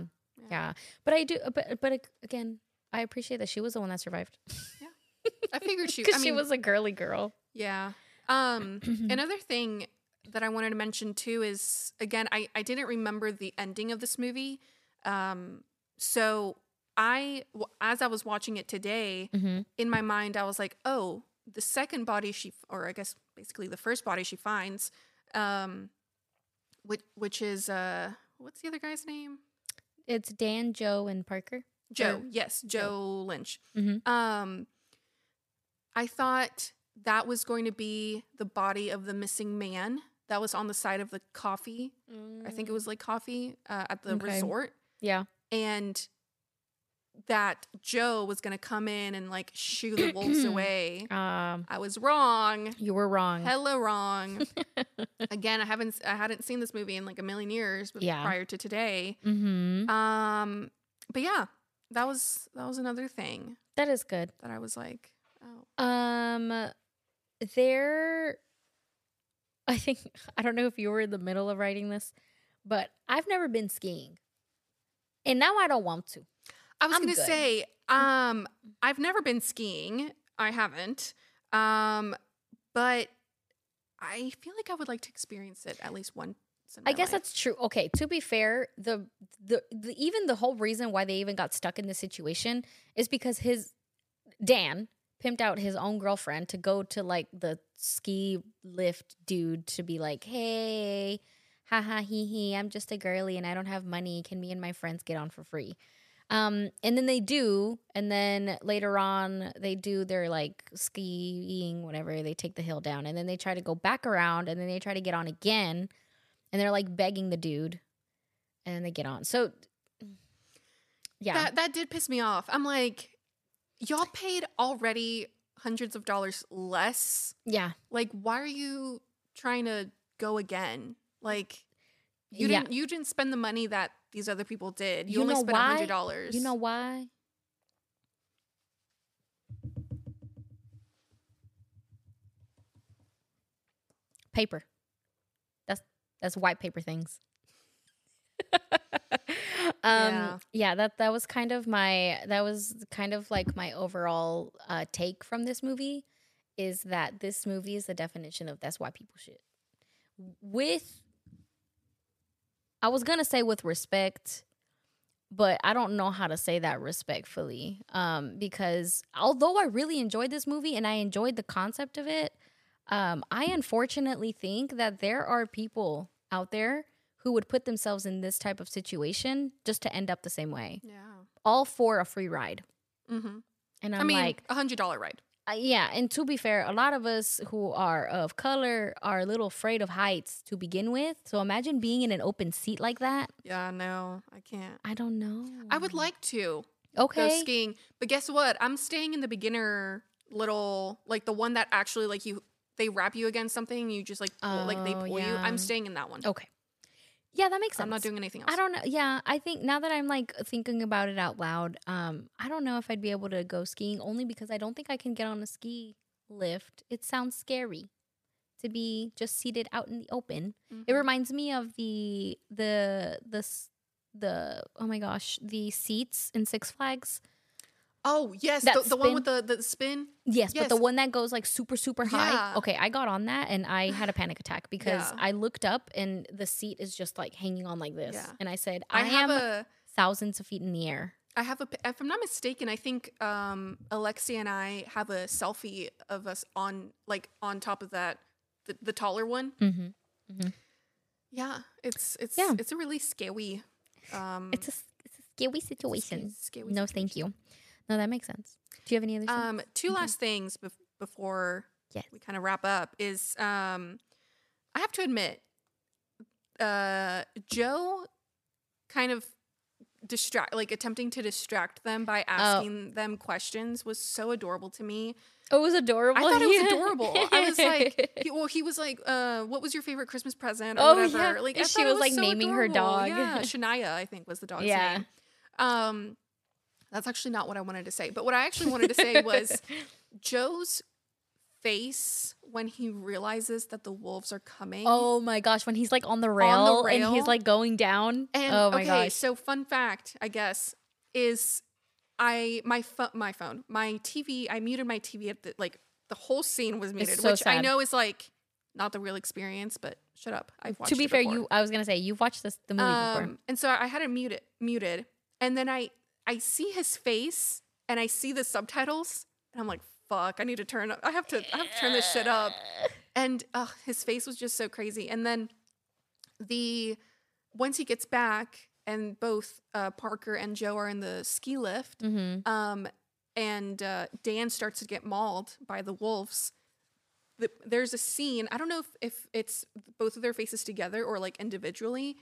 [SPEAKER 2] yeah but i do but but ag- again i appreciate that she was the one that survived
[SPEAKER 3] I figured she.
[SPEAKER 2] because
[SPEAKER 3] I mean,
[SPEAKER 2] she was a girly girl
[SPEAKER 3] Yeah. Um another thing that I wanted to mention too is again, I, I didn't remember the ending of this movie. Um so I w- as I was watching it today,
[SPEAKER 2] mm-hmm.
[SPEAKER 3] in my mind I was like, "Oh, the second body she f- or I guess basically the first body she finds um which which is uh what's the other guy's name?
[SPEAKER 2] it's dan joe and parker
[SPEAKER 3] Joe.
[SPEAKER 2] Or-
[SPEAKER 3] yes, Joe, Lynch.
[SPEAKER 2] Mhm.
[SPEAKER 3] Um, I thought that was going to be the body of the missing man that was on the side of the coffee. I think it was like coffee uh, at the
[SPEAKER 2] Mm. Okay.
[SPEAKER 3] resort,
[SPEAKER 2] yeah
[SPEAKER 3] and that Joe was going to come in and like shoo the wolves away.
[SPEAKER 2] um
[SPEAKER 3] I was wrong.
[SPEAKER 2] you were wrong
[SPEAKER 3] Hella wrong. Again, I haven't I hadn't seen this movie in like a million years but
[SPEAKER 2] Yeah.
[SPEAKER 3] prior to today.
[SPEAKER 2] mm-hmm.
[SPEAKER 3] Um, but yeah, that was that was another thing
[SPEAKER 2] that is good
[SPEAKER 3] that I was like, oh,
[SPEAKER 2] Um, there, I think, I don't know if you were in the middle of writing this, but I've never been skiing. And now I don't want to.
[SPEAKER 3] I was
[SPEAKER 2] I'm
[SPEAKER 3] gonna
[SPEAKER 2] good. Mm-hmm.
[SPEAKER 3] say, um, I've never been skiing. I haven't, um, but I feel like I would like to experience it at least once. In
[SPEAKER 2] I
[SPEAKER 3] my
[SPEAKER 2] guess
[SPEAKER 3] life.
[SPEAKER 2] that's true. Okay, to be fair, the, the the even the whole reason why they even got stuck in this situation is because his Dan pimped out his own girlfriend to go to like the ski lift dude to be like, "Hey, ha ha hee hee, I'm just a girly and I don't have money. Can me and my friends get on for free?" Um, and then they do, and then later on they do their like skiing, whatever. They take the hill down, and then they try to go back around, and then they try to get on again and they're like begging the dude and then they get on so yeah
[SPEAKER 3] that that did piss me off. I'm like, y'all paid already hundreds of dollars less.
[SPEAKER 2] yeah
[SPEAKER 3] Like, why are you trying to go again? Like, you
[SPEAKER 2] Yeah.
[SPEAKER 3] didn't you didn't spend the money that these other people did. You,
[SPEAKER 2] You
[SPEAKER 3] only
[SPEAKER 2] know
[SPEAKER 3] spent
[SPEAKER 2] why?
[SPEAKER 3] hundred dollars.
[SPEAKER 2] you know why paper that's that's white paper things um yeah.
[SPEAKER 3] Yeah.
[SPEAKER 2] that that was kind of my that was kind of like my overall uh take from this movie is that this movie is the definition of that's why people shit with I was gonna say with respect, but I don't know how to say that respectfully. Um, because although I really enjoyed this movie and I enjoyed the concept of it, um, I unfortunately think that there are people out there who would put themselves in this type of situation just to end up the same way,
[SPEAKER 3] Yeah.
[SPEAKER 2] all for a free ride.
[SPEAKER 3] Mm-hmm.
[SPEAKER 2] And I'm
[SPEAKER 3] I mean,
[SPEAKER 2] like,
[SPEAKER 3] a hundred dollar ride.
[SPEAKER 2] uh, yeah, and to be fair, a lot of us who are of color are a little afraid of heights to begin with. So imagine being in an open seat like that.
[SPEAKER 3] Yeah, no, I can't.
[SPEAKER 2] I don't know.
[SPEAKER 3] I would like to go
[SPEAKER 2] okay.
[SPEAKER 3] skiing, but guess what? I'm staying in the beginner little, like the one that actually like you, they wrap you against something. You just like pull, like they
[SPEAKER 2] Oh,
[SPEAKER 3] pull you.
[SPEAKER 2] yeah.
[SPEAKER 3] I'm staying in that one.
[SPEAKER 2] okay. Yeah, that makes sense.
[SPEAKER 3] I'm not doing anything else.
[SPEAKER 2] I don't know. Yeah, I think now that I'm like thinking about it out loud, um, I don't know if I'd be able to go skiing only because I don't think I can get on a ski lift. It sounds scary to be just seated out in the open.
[SPEAKER 3] Mhm.
[SPEAKER 2] It reminds me of the the the s- the oh my gosh the seats in Six Flags.
[SPEAKER 3] oh yes,
[SPEAKER 2] That
[SPEAKER 3] the, the one with the the spin.
[SPEAKER 2] Yes, but the
[SPEAKER 3] Yes.
[SPEAKER 2] one that goes like super super high.
[SPEAKER 3] Yeah.
[SPEAKER 2] Okay, I got on that and I had a panic attack because
[SPEAKER 3] Yeah.
[SPEAKER 2] I looked up and the seat is just like hanging on like this,
[SPEAKER 3] Yeah.
[SPEAKER 2] and I said,
[SPEAKER 3] I,
[SPEAKER 2] "I,
[SPEAKER 3] have
[SPEAKER 2] am
[SPEAKER 3] a
[SPEAKER 2] thousands of feet in the air."
[SPEAKER 3] I have a if I'm not mistaken, I think um Alexia and I have a selfie of us on like on top of that the, the taller one.
[SPEAKER 2] Mm-hmm.
[SPEAKER 3] Yeah, it's it's
[SPEAKER 2] Yeah.
[SPEAKER 3] it's a really scary um
[SPEAKER 2] It's a s- it's a scary situation.
[SPEAKER 3] scary
[SPEAKER 2] no, thank you. No, that makes sense. Do you have any other?
[SPEAKER 3] um two last things bef- before
[SPEAKER 2] Yes.
[SPEAKER 3] we kind of wrap up is um I have to admit uh Joe kind of distract like attempting to distract them
[SPEAKER 2] Oh.
[SPEAKER 3] by asking them questions was so adorable to me.
[SPEAKER 2] Oh, it was adorable.
[SPEAKER 3] I thought it
[SPEAKER 2] Yeah.
[SPEAKER 3] was adorable. I was like, he, well, he was like, uh, what was your favorite Christmas present or
[SPEAKER 2] Oh,
[SPEAKER 3] whatever?
[SPEAKER 2] yeah.
[SPEAKER 3] Like, I
[SPEAKER 2] And she
[SPEAKER 3] thought it
[SPEAKER 2] was, like,
[SPEAKER 3] so
[SPEAKER 2] naming her
[SPEAKER 3] adorable.
[SPEAKER 2] dog.
[SPEAKER 3] Yeah, Shania, I think was the dog's
[SPEAKER 2] Yeah.
[SPEAKER 3] name. Um, that's actually not what I wanted to say, but what I actually wanted to say was Joe's face when he realizes that the wolves are coming.
[SPEAKER 2] oh my gosh, when he's like on the rail,
[SPEAKER 3] On the
[SPEAKER 2] and he's
[SPEAKER 3] rail.
[SPEAKER 2] like going down.
[SPEAKER 3] And
[SPEAKER 2] oh my
[SPEAKER 3] okay,
[SPEAKER 2] gosh.
[SPEAKER 3] so fun fact, I guess, is I my phone my phone my TV I muted my TV at the like the whole scene was muted,
[SPEAKER 2] so
[SPEAKER 3] which I
[SPEAKER 2] sad.
[SPEAKER 3] know is like not the real experience, but shut up. I've watched
[SPEAKER 2] to be
[SPEAKER 3] it
[SPEAKER 2] fair,
[SPEAKER 3] before.
[SPEAKER 2] you I was gonna say you've watched this the movie before.
[SPEAKER 3] Um, and so I had it muted muted, and then I I see his face and I see the subtitles, and I'm like, fuck, I need to turn up. I have to I have to turn this shit up. And uh, his face was just so crazy. And then the once he gets back, and both uh, Parker and Joe are in the ski lift,
[SPEAKER 2] Mm-hmm.
[SPEAKER 3] um, and uh, Dan starts to get mauled by the wolves. The, there's a scene. I don't know if, if it's both of their faces together or like individually,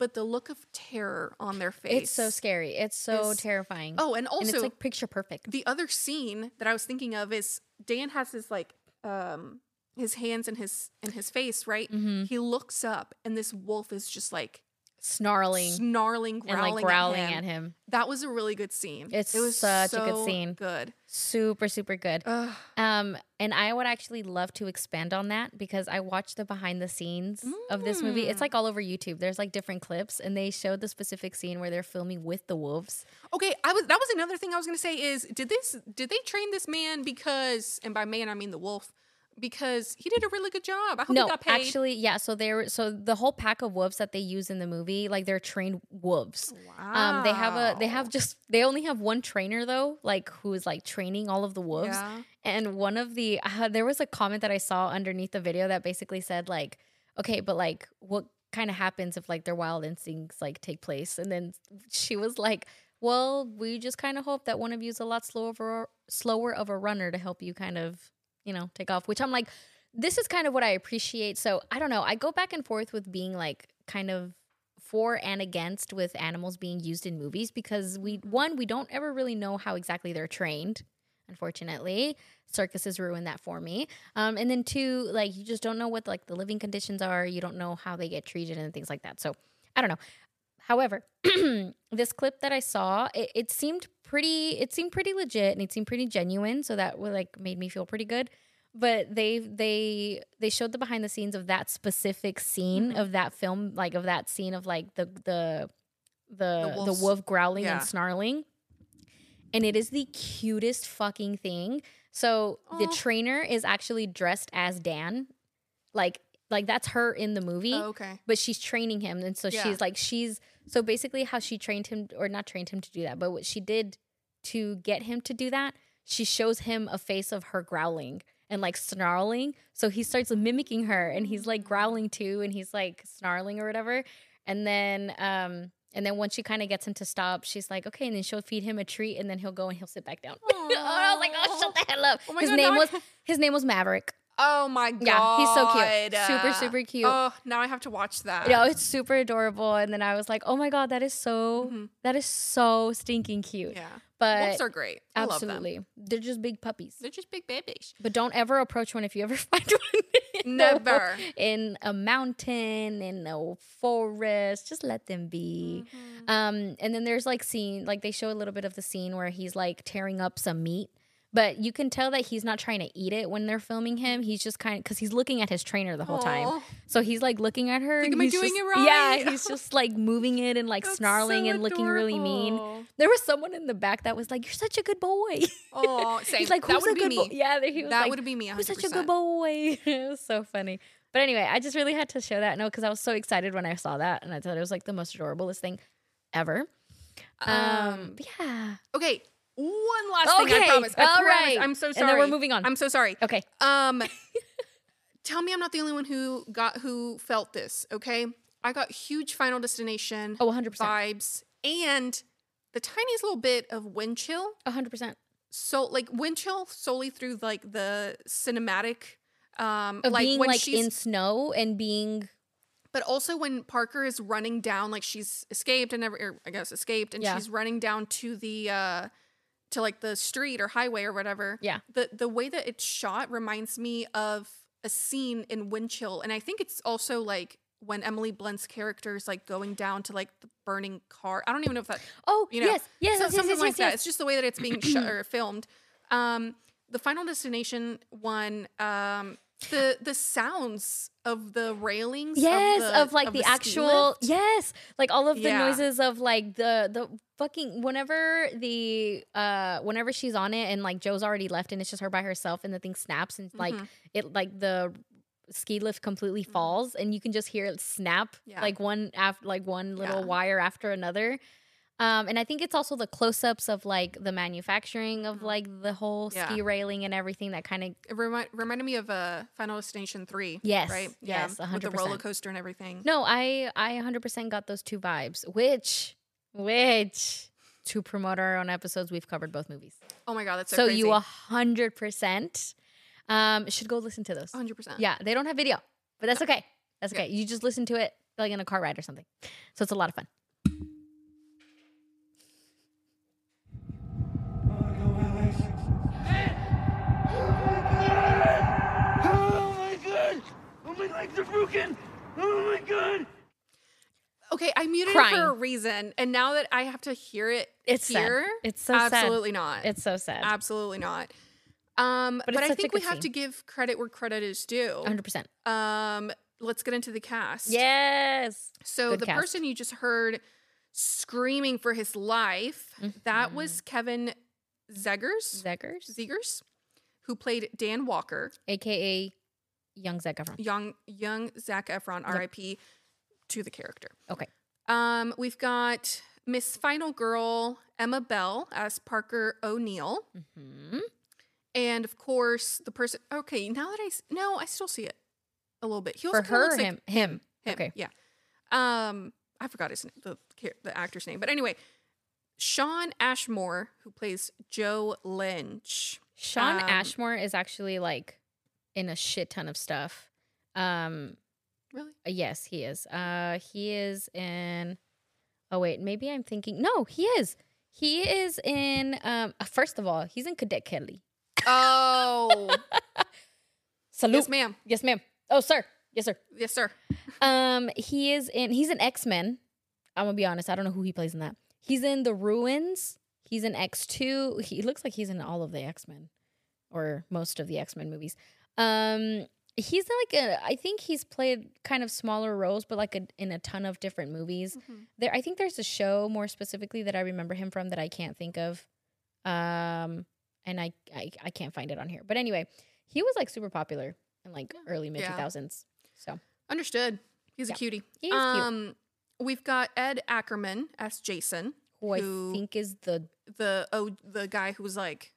[SPEAKER 3] but the look of terror on their face.
[SPEAKER 2] Mm-hmm. It's so scary. It's so
[SPEAKER 3] is-
[SPEAKER 2] terrifying.
[SPEAKER 3] Oh, and also
[SPEAKER 2] and it's like picture perfect.
[SPEAKER 3] the other scene that I was thinking of is Dan has his like um his hands in his in his face, right?
[SPEAKER 2] Mm-hmm.
[SPEAKER 3] He looks up and this wolf is just like
[SPEAKER 2] Snarling
[SPEAKER 3] snarling,
[SPEAKER 2] and
[SPEAKER 3] growling,
[SPEAKER 2] like growling
[SPEAKER 3] at, him.
[SPEAKER 2] at him.
[SPEAKER 3] That was a really good scene.
[SPEAKER 2] It's
[SPEAKER 3] it was
[SPEAKER 2] such a good
[SPEAKER 3] so
[SPEAKER 2] scene.
[SPEAKER 3] Good.
[SPEAKER 2] Super, super good.
[SPEAKER 3] Ugh.
[SPEAKER 2] Um, and I would actually love to expand on that because I watched the behind the scenes of this movie.
[SPEAKER 3] Mm.
[SPEAKER 2] It's like all over YouTube. There's like different clips, and they showed the specific scene where they're filming with the wolves.
[SPEAKER 3] Okay, I was that was another thing I was gonna say is did this did they train this man because and by man I mean the wolf because he did a really good job. I hope Oh, he
[SPEAKER 2] No,
[SPEAKER 3] got paid.
[SPEAKER 2] actually, yeah. So they're so the whole pack of wolves that they use in the movie, like they're trained wolves.
[SPEAKER 3] Oh,
[SPEAKER 2] Um, they have a they have
[SPEAKER 3] Wow.
[SPEAKER 2] just they only have one trainer though, like who is like training all of the wolves.
[SPEAKER 3] Yeah.
[SPEAKER 2] And one of the uh, there was a comment that I saw underneath the video that basically said like, okay, but like what kind of happens if like their wild instincts like take place? And then she was like, well, we just kind of hope that one of you is a lot slower slower of a runner to help you kind of you know take off. Which I'm like, this is kind of what I appreciate. So I don't know. I go back and forth with being like kind of for and against with animals being used in movies because we one we don't ever really know how exactly they're trained unfortunately circuses ruin that for me um, and then two like you just don't know what like the living conditions are you don't know how they get treated and things like that so i don't know however this clip that i saw it, it seemed pretty it seemed pretty legit and it seemed pretty genuine so that wa- like made me feel pretty good but they they they showed the behind the scenes of that specific scene of that film like of that scene of like the the the, the,
[SPEAKER 3] wolves.
[SPEAKER 2] wolf growling
[SPEAKER 3] Yeah.
[SPEAKER 2] and snarling and it is the cutest fucking thing. So the
[SPEAKER 3] Aw.
[SPEAKER 2] trainer is actually dressed as Dan, like like that's her in the movie
[SPEAKER 3] Oh, okay.
[SPEAKER 2] but she's training him and so
[SPEAKER 3] Yeah.
[SPEAKER 2] she's like she's so basically how she trained him or not trained him to do that but what she did to get him to do that she shows him a face of her growling and like snarling so he starts mimicking her and he's
[SPEAKER 3] Mm.
[SPEAKER 2] like growling too and he's like snarling or whatever and then um and then once she kind of gets him to stop she's like okay and then she'll feed him a treat and then he'll go and he'll sit back down oh, i was like oh shut the hell up
[SPEAKER 3] Oh my
[SPEAKER 2] his
[SPEAKER 3] God,
[SPEAKER 2] name
[SPEAKER 3] now I-
[SPEAKER 2] was his name was maverick
[SPEAKER 3] Oh my god.
[SPEAKER 2] Yeah, he's so cute. Super,
[SPEAKER 3] Uh,
[SPEAKER 2] super cute.
[SPEAKER 3] Oh, now I have to watch that.
[SPEAKER 2] you know it's super adorable and then i was like oh my god that is so that is so stinking cute
[SPEAKER 3] Mm-hmm. yeah.
[SPEAKER 2] but
[SPEAKER 3] Wolves are great. I love them.
[SPEAKER 2] absolutely they're just big puppies
[SPEAKER 3] They're just big babies.
[SPEAKER 2] but don't ever approach one if you ever find one in the wo-
[SPEAKER 3] Never.
[SPEAKER 2] in a mountain in a forest just let them be
[SPEAKER 3] Mm-hmm.
[SPEAKER 2] um and then there's like scene like they show a little bit of the scene where he's like tearing up some meat but you can tell that he's not trying to eat it when they're filming him. He's just kind of because he's looking at his trainer the whole time.
[SPEAKER 3] Aw.
[SPEAKER 2] So he's like looking at her.
[SPEAKER 3] Like,
[SPEAKER 2] and
[SPEAKER 3] am I
[SPEAKER 2] he's
[SPEAKER 3] doing
[SPEAKER 2] just-
[SPEAKER 3] it right?
[SPEAKER 2] Yeah, he's just like moving it and like
[SPEAKER 3] That's
[SPEAKER 2] snarling
[SPEAKER 3] so
[SPEAKER 2] and looking really mean.
[SPEAKER 3] adorable.
[SPEAKER 2] There was someone in the back that was like, "You're such a good boy."
[SPEAKER 3] Oh, same.
[SPEAKER 2] he's like,
[SPEAKER 3] that
[SPEAKER 2] "Who's
[SPEAKER 3] would
[SPEAKER 2] a
[SPEAKER 3] be
[SPEAKER 2] good
[SPEAKER 3] me.
[SPEAKER 2] boy?" Yeah, he was
[SPEAKER 3] that
[SPEAKER 2] like,
[SPEAKER 3] would be me. 100%.
[SPEAKER 2] "Who's such a good boy?" it was so funny. But anyway, I just really had to share that note because I was so excited when I saw that, and I thought it was like the most adorablest thing ever. Um,
[SPEAKER 3] Um,
[SPEAKER 2] but yeah.
[SPEAKER 3] Okay, one last thing.
[SPEAKER 2] Okay,
[SPEAKER 3] I promise. I
[SPEAKER 2] all
[SPEAKER 3] promise.
[SPEAKER 2] right.
[SPEAKER 3] I'm so
[SPEAKER 2] And
[SPEAKER 3] sorry.
[SPEAKER 2] then we're moving on.
[SPEAKER 3] I'm so sorry.
[SPEAKER 2] Okay.
[SPEAKER 3] Um, tell me, I'm not the only one who got who felt this. Okay, I got huge Final Destination
[SPEAKER 2] Oh, 100%.
[SPEAKER 3] vibes and the tiniest little bit of wind chill.
[SPEAKER 2] hundred percent.
[SPEAKER 3] So like wind chill solely through like the cinematic. Um,
[SPEAKER 2] Of
[SPEAKER 3] like
[SPEAKER 2] being
[SPEAKER 3] when
[SPEAKER 2] like
[SPEAKER 3] she's
[SPEAKER 2] in snow and being
[SPEAKER 3] But also when Parker is running down, like she's escaped and never, or I guess escaped, and
[SPEAKER 2] Yeah.
[SPEAKER 3] she's running down to the, uh to like the street or highway or whatever.
[SPEAKER 2] Yeah.
[SPEAKER 3] The the way that it's shot reminds me of a scene in Wind Chill, and I think it's also like when Emily Blunt's character is like going down to like the burning car. I don't even know if that
[SPEAKER 2] oh
[SPEAKER 3] you know,
[SPEAKER 2] yes yes
[SPEAKER 3] so-
[SPEAKER 2] yes, yes,
[SPEAKER 3] something
[SPEAKER 2] yes,
[SPEAKER 3] like
[SPEAKER 2] yes,
[SPEAKER 3] that.
[SPEAKER 2] yes.
[SPEAKER 3] It's just the way that it's being sh- or filmed. Um, the Final Destination one, um, the the sounds of the railings,
[SPEAKER 2] Yes,
[SPEAKER 3] of,
[SPEAKER 2] of,
[SPEAKER 3] the,
[SPEAKER 2] like the,
[SPEAKER 3] ski
[SPEAKER 2] actual
[SPEAKER 3] lift.
[SPEAKER 2] yes, like all of the
[SPEAKER 3] Yeah.
[SPEAKER 2] noises of like the the fucking whenever the uh whenever she's on it and like Joe's already left and it's just her by herself and the thing snaps and
[SPEAKER 3] Mm-hmm.
[SPEAKER 2] like it like the ski lift completely falls and you can just hear it snap
[SPEAKER 3] Yeah.
[SPEAKER 2] like one after like one little
[SPEAKER 3] Yeah.
[SPEAKER 2] wire after another. Um, and I think it's also the close-ups of like the manufacturing of like the whole
[SPEAKER 3] Mm-hmm. Yeah.
[SPEAKER 2] ski railing and everything that kind of
[SPEAKER 3] It remi- reminded me of uh, Final Destination three.
[SPEAKER 2] Yes,
[SPEAKER 3] right.
[SPEAKER 2] yes,
[SPEAKER 3] with the
[SPEAKER 2] 100%.
[SPEAKER 3] roller coaster and everything.
[SPEAKER 2] No, I I 100% got those two vibes, which which to promote our own episodes, we've covered both movies.
[SPEAKER 3] Oh my god, that's so,
[SPEAKER 2] So,
[SPEAKER 3] crazy.
[SPEAKER 2] you you 100% um should go listen to those.
[SPEAKER 3] hundred percent.
[SPEAKER 2] Yeah, they don't have video, but that's okay. That's okay. You just listen to it like in a car ride or something. So it's a lot of fun.
[SPEAKER 5] Oh my god! Oh my legs are broken! Oh my god!
[SPEAKER 3] Okay, I muted it
[SPEAKER 2] Crying.
[SPEAKER 3] for a reason, and now that I have to hear it
[SPEAKER 2] It's sad.
[SPEAKER 3] here,
[SPEAKER 2] It's so sad.
[SPEAKER 3] absolutely not.
[SPEAKER 2] It's so sad.
[SPEAKER 3] absolutely not. Um,
[SPEAKER 2] But
[SPEAKER 3] but,
[SPEAKER 2] it's
[SPEAKER 3] I
[SPEAKER 2] such a
[SPEAKER 3] think we
[SPEAKER 2] good
[SPEAKER 3] have
[SPEAKER 2] scene.
[SPEAKER 3] to give credit where credit is due.
[SPEAKER 2] 100%.
[SPEAKER 3] Um, let's get into the cast.
[SPEAKER 2] Yes.
[SPEAKER 3] So
[SPEAKER 2] good
[SPEAKER 3] the
[SPEAKER 2] cast.
[SPEAKER 3] person you just heard screaming for his life,
[SPEAKER 2] Mm-hmm.
[SPEAKER 3] that was Kevin Zegers,
[SPEAKER 2] Zegers,
[SPEAKER 3] Zegers, who played Dan Walker,
[SPEAKER 2] aka Young Zeg Efron.
[SPEAKER 3] young young Zach Efron, R.I.P. to the character.
[SPEAKER 2] Okay.
[SPEAKER 3] Um, we've got Miss Final Girl Emma Bell as Parker O'Neill,
[SPEAKER 2] Mhm.
[SPEAKER 3] and of course the person. Okay, now that I s- no, I still see it a little bit. He also
[SPEAKER 2] For
[SPEAKER 3] kinda
[SPEAKER 2] her,
[SPEAKER 3] looks like-
[SPEAKER 2] him, him,
[SPEAKER 3] Him,
[SPEAKER 2] Okay.
[SPEAKER 3] Yeah. Um, I forgot his the char- the actor's name, but anyway, Sean Ashmore, who plays Joe Lynch.
[SPEAKER 2] Sean
[SPEAKER 3] Um,
[SPEAKER 2] Ashmore is actually like in a shit ton of stuff. Um
[SPEAKER 3] Really?
[SPEAKER 2] yes, he is. Uh he is in Oh wait, maybe I'm thinking No, he is. He is in um first of all, he's in Cadet Kelly.
[SPEAKER 3] Oh,
[SPEAKER 2] Salute.
[SPEAKER 3] yes, ma'am.
[SPEAKER 2] Yes, ma'am. Oh, sir. Yes, sir.
[SPEAKER 3] Yes, sir.
[SPEAKER 2] Um he is in he's an X-Men. I'm going to be honest, I don't know who he plays in that. He's in The Ruins. He's in X2. He looks like he's in all of the X-Men or most of the X-Men movies. Um he's like a I think he's played kind of smaller roles but like a, in a ton of different movies.
[SPEAKER 3] Mm-hmm.
[SPEAKER 2] There I think there's a show more specifically that I remember him from that I can't think of. Um and I I, I can't find it on here. But anyway, he was like super popular in like early mid
[SPEAKER 3] Yeah.
[SPEAKER 2] 2000s. So
[SPEAKER 3] Understood. He's
[SPEAKER 2] Yeah.
[SPEAKER 3] a cutie.
[SPEAKER 2] He is cute.
[SPEAKER 3] um, we've got Ed Ackerman as Jason,
[SPEAKER 2] who I
[SPEAKER 3] Who-
[SPEAKER 2] think is the
[SPEAKER 3] the oh the guy who was like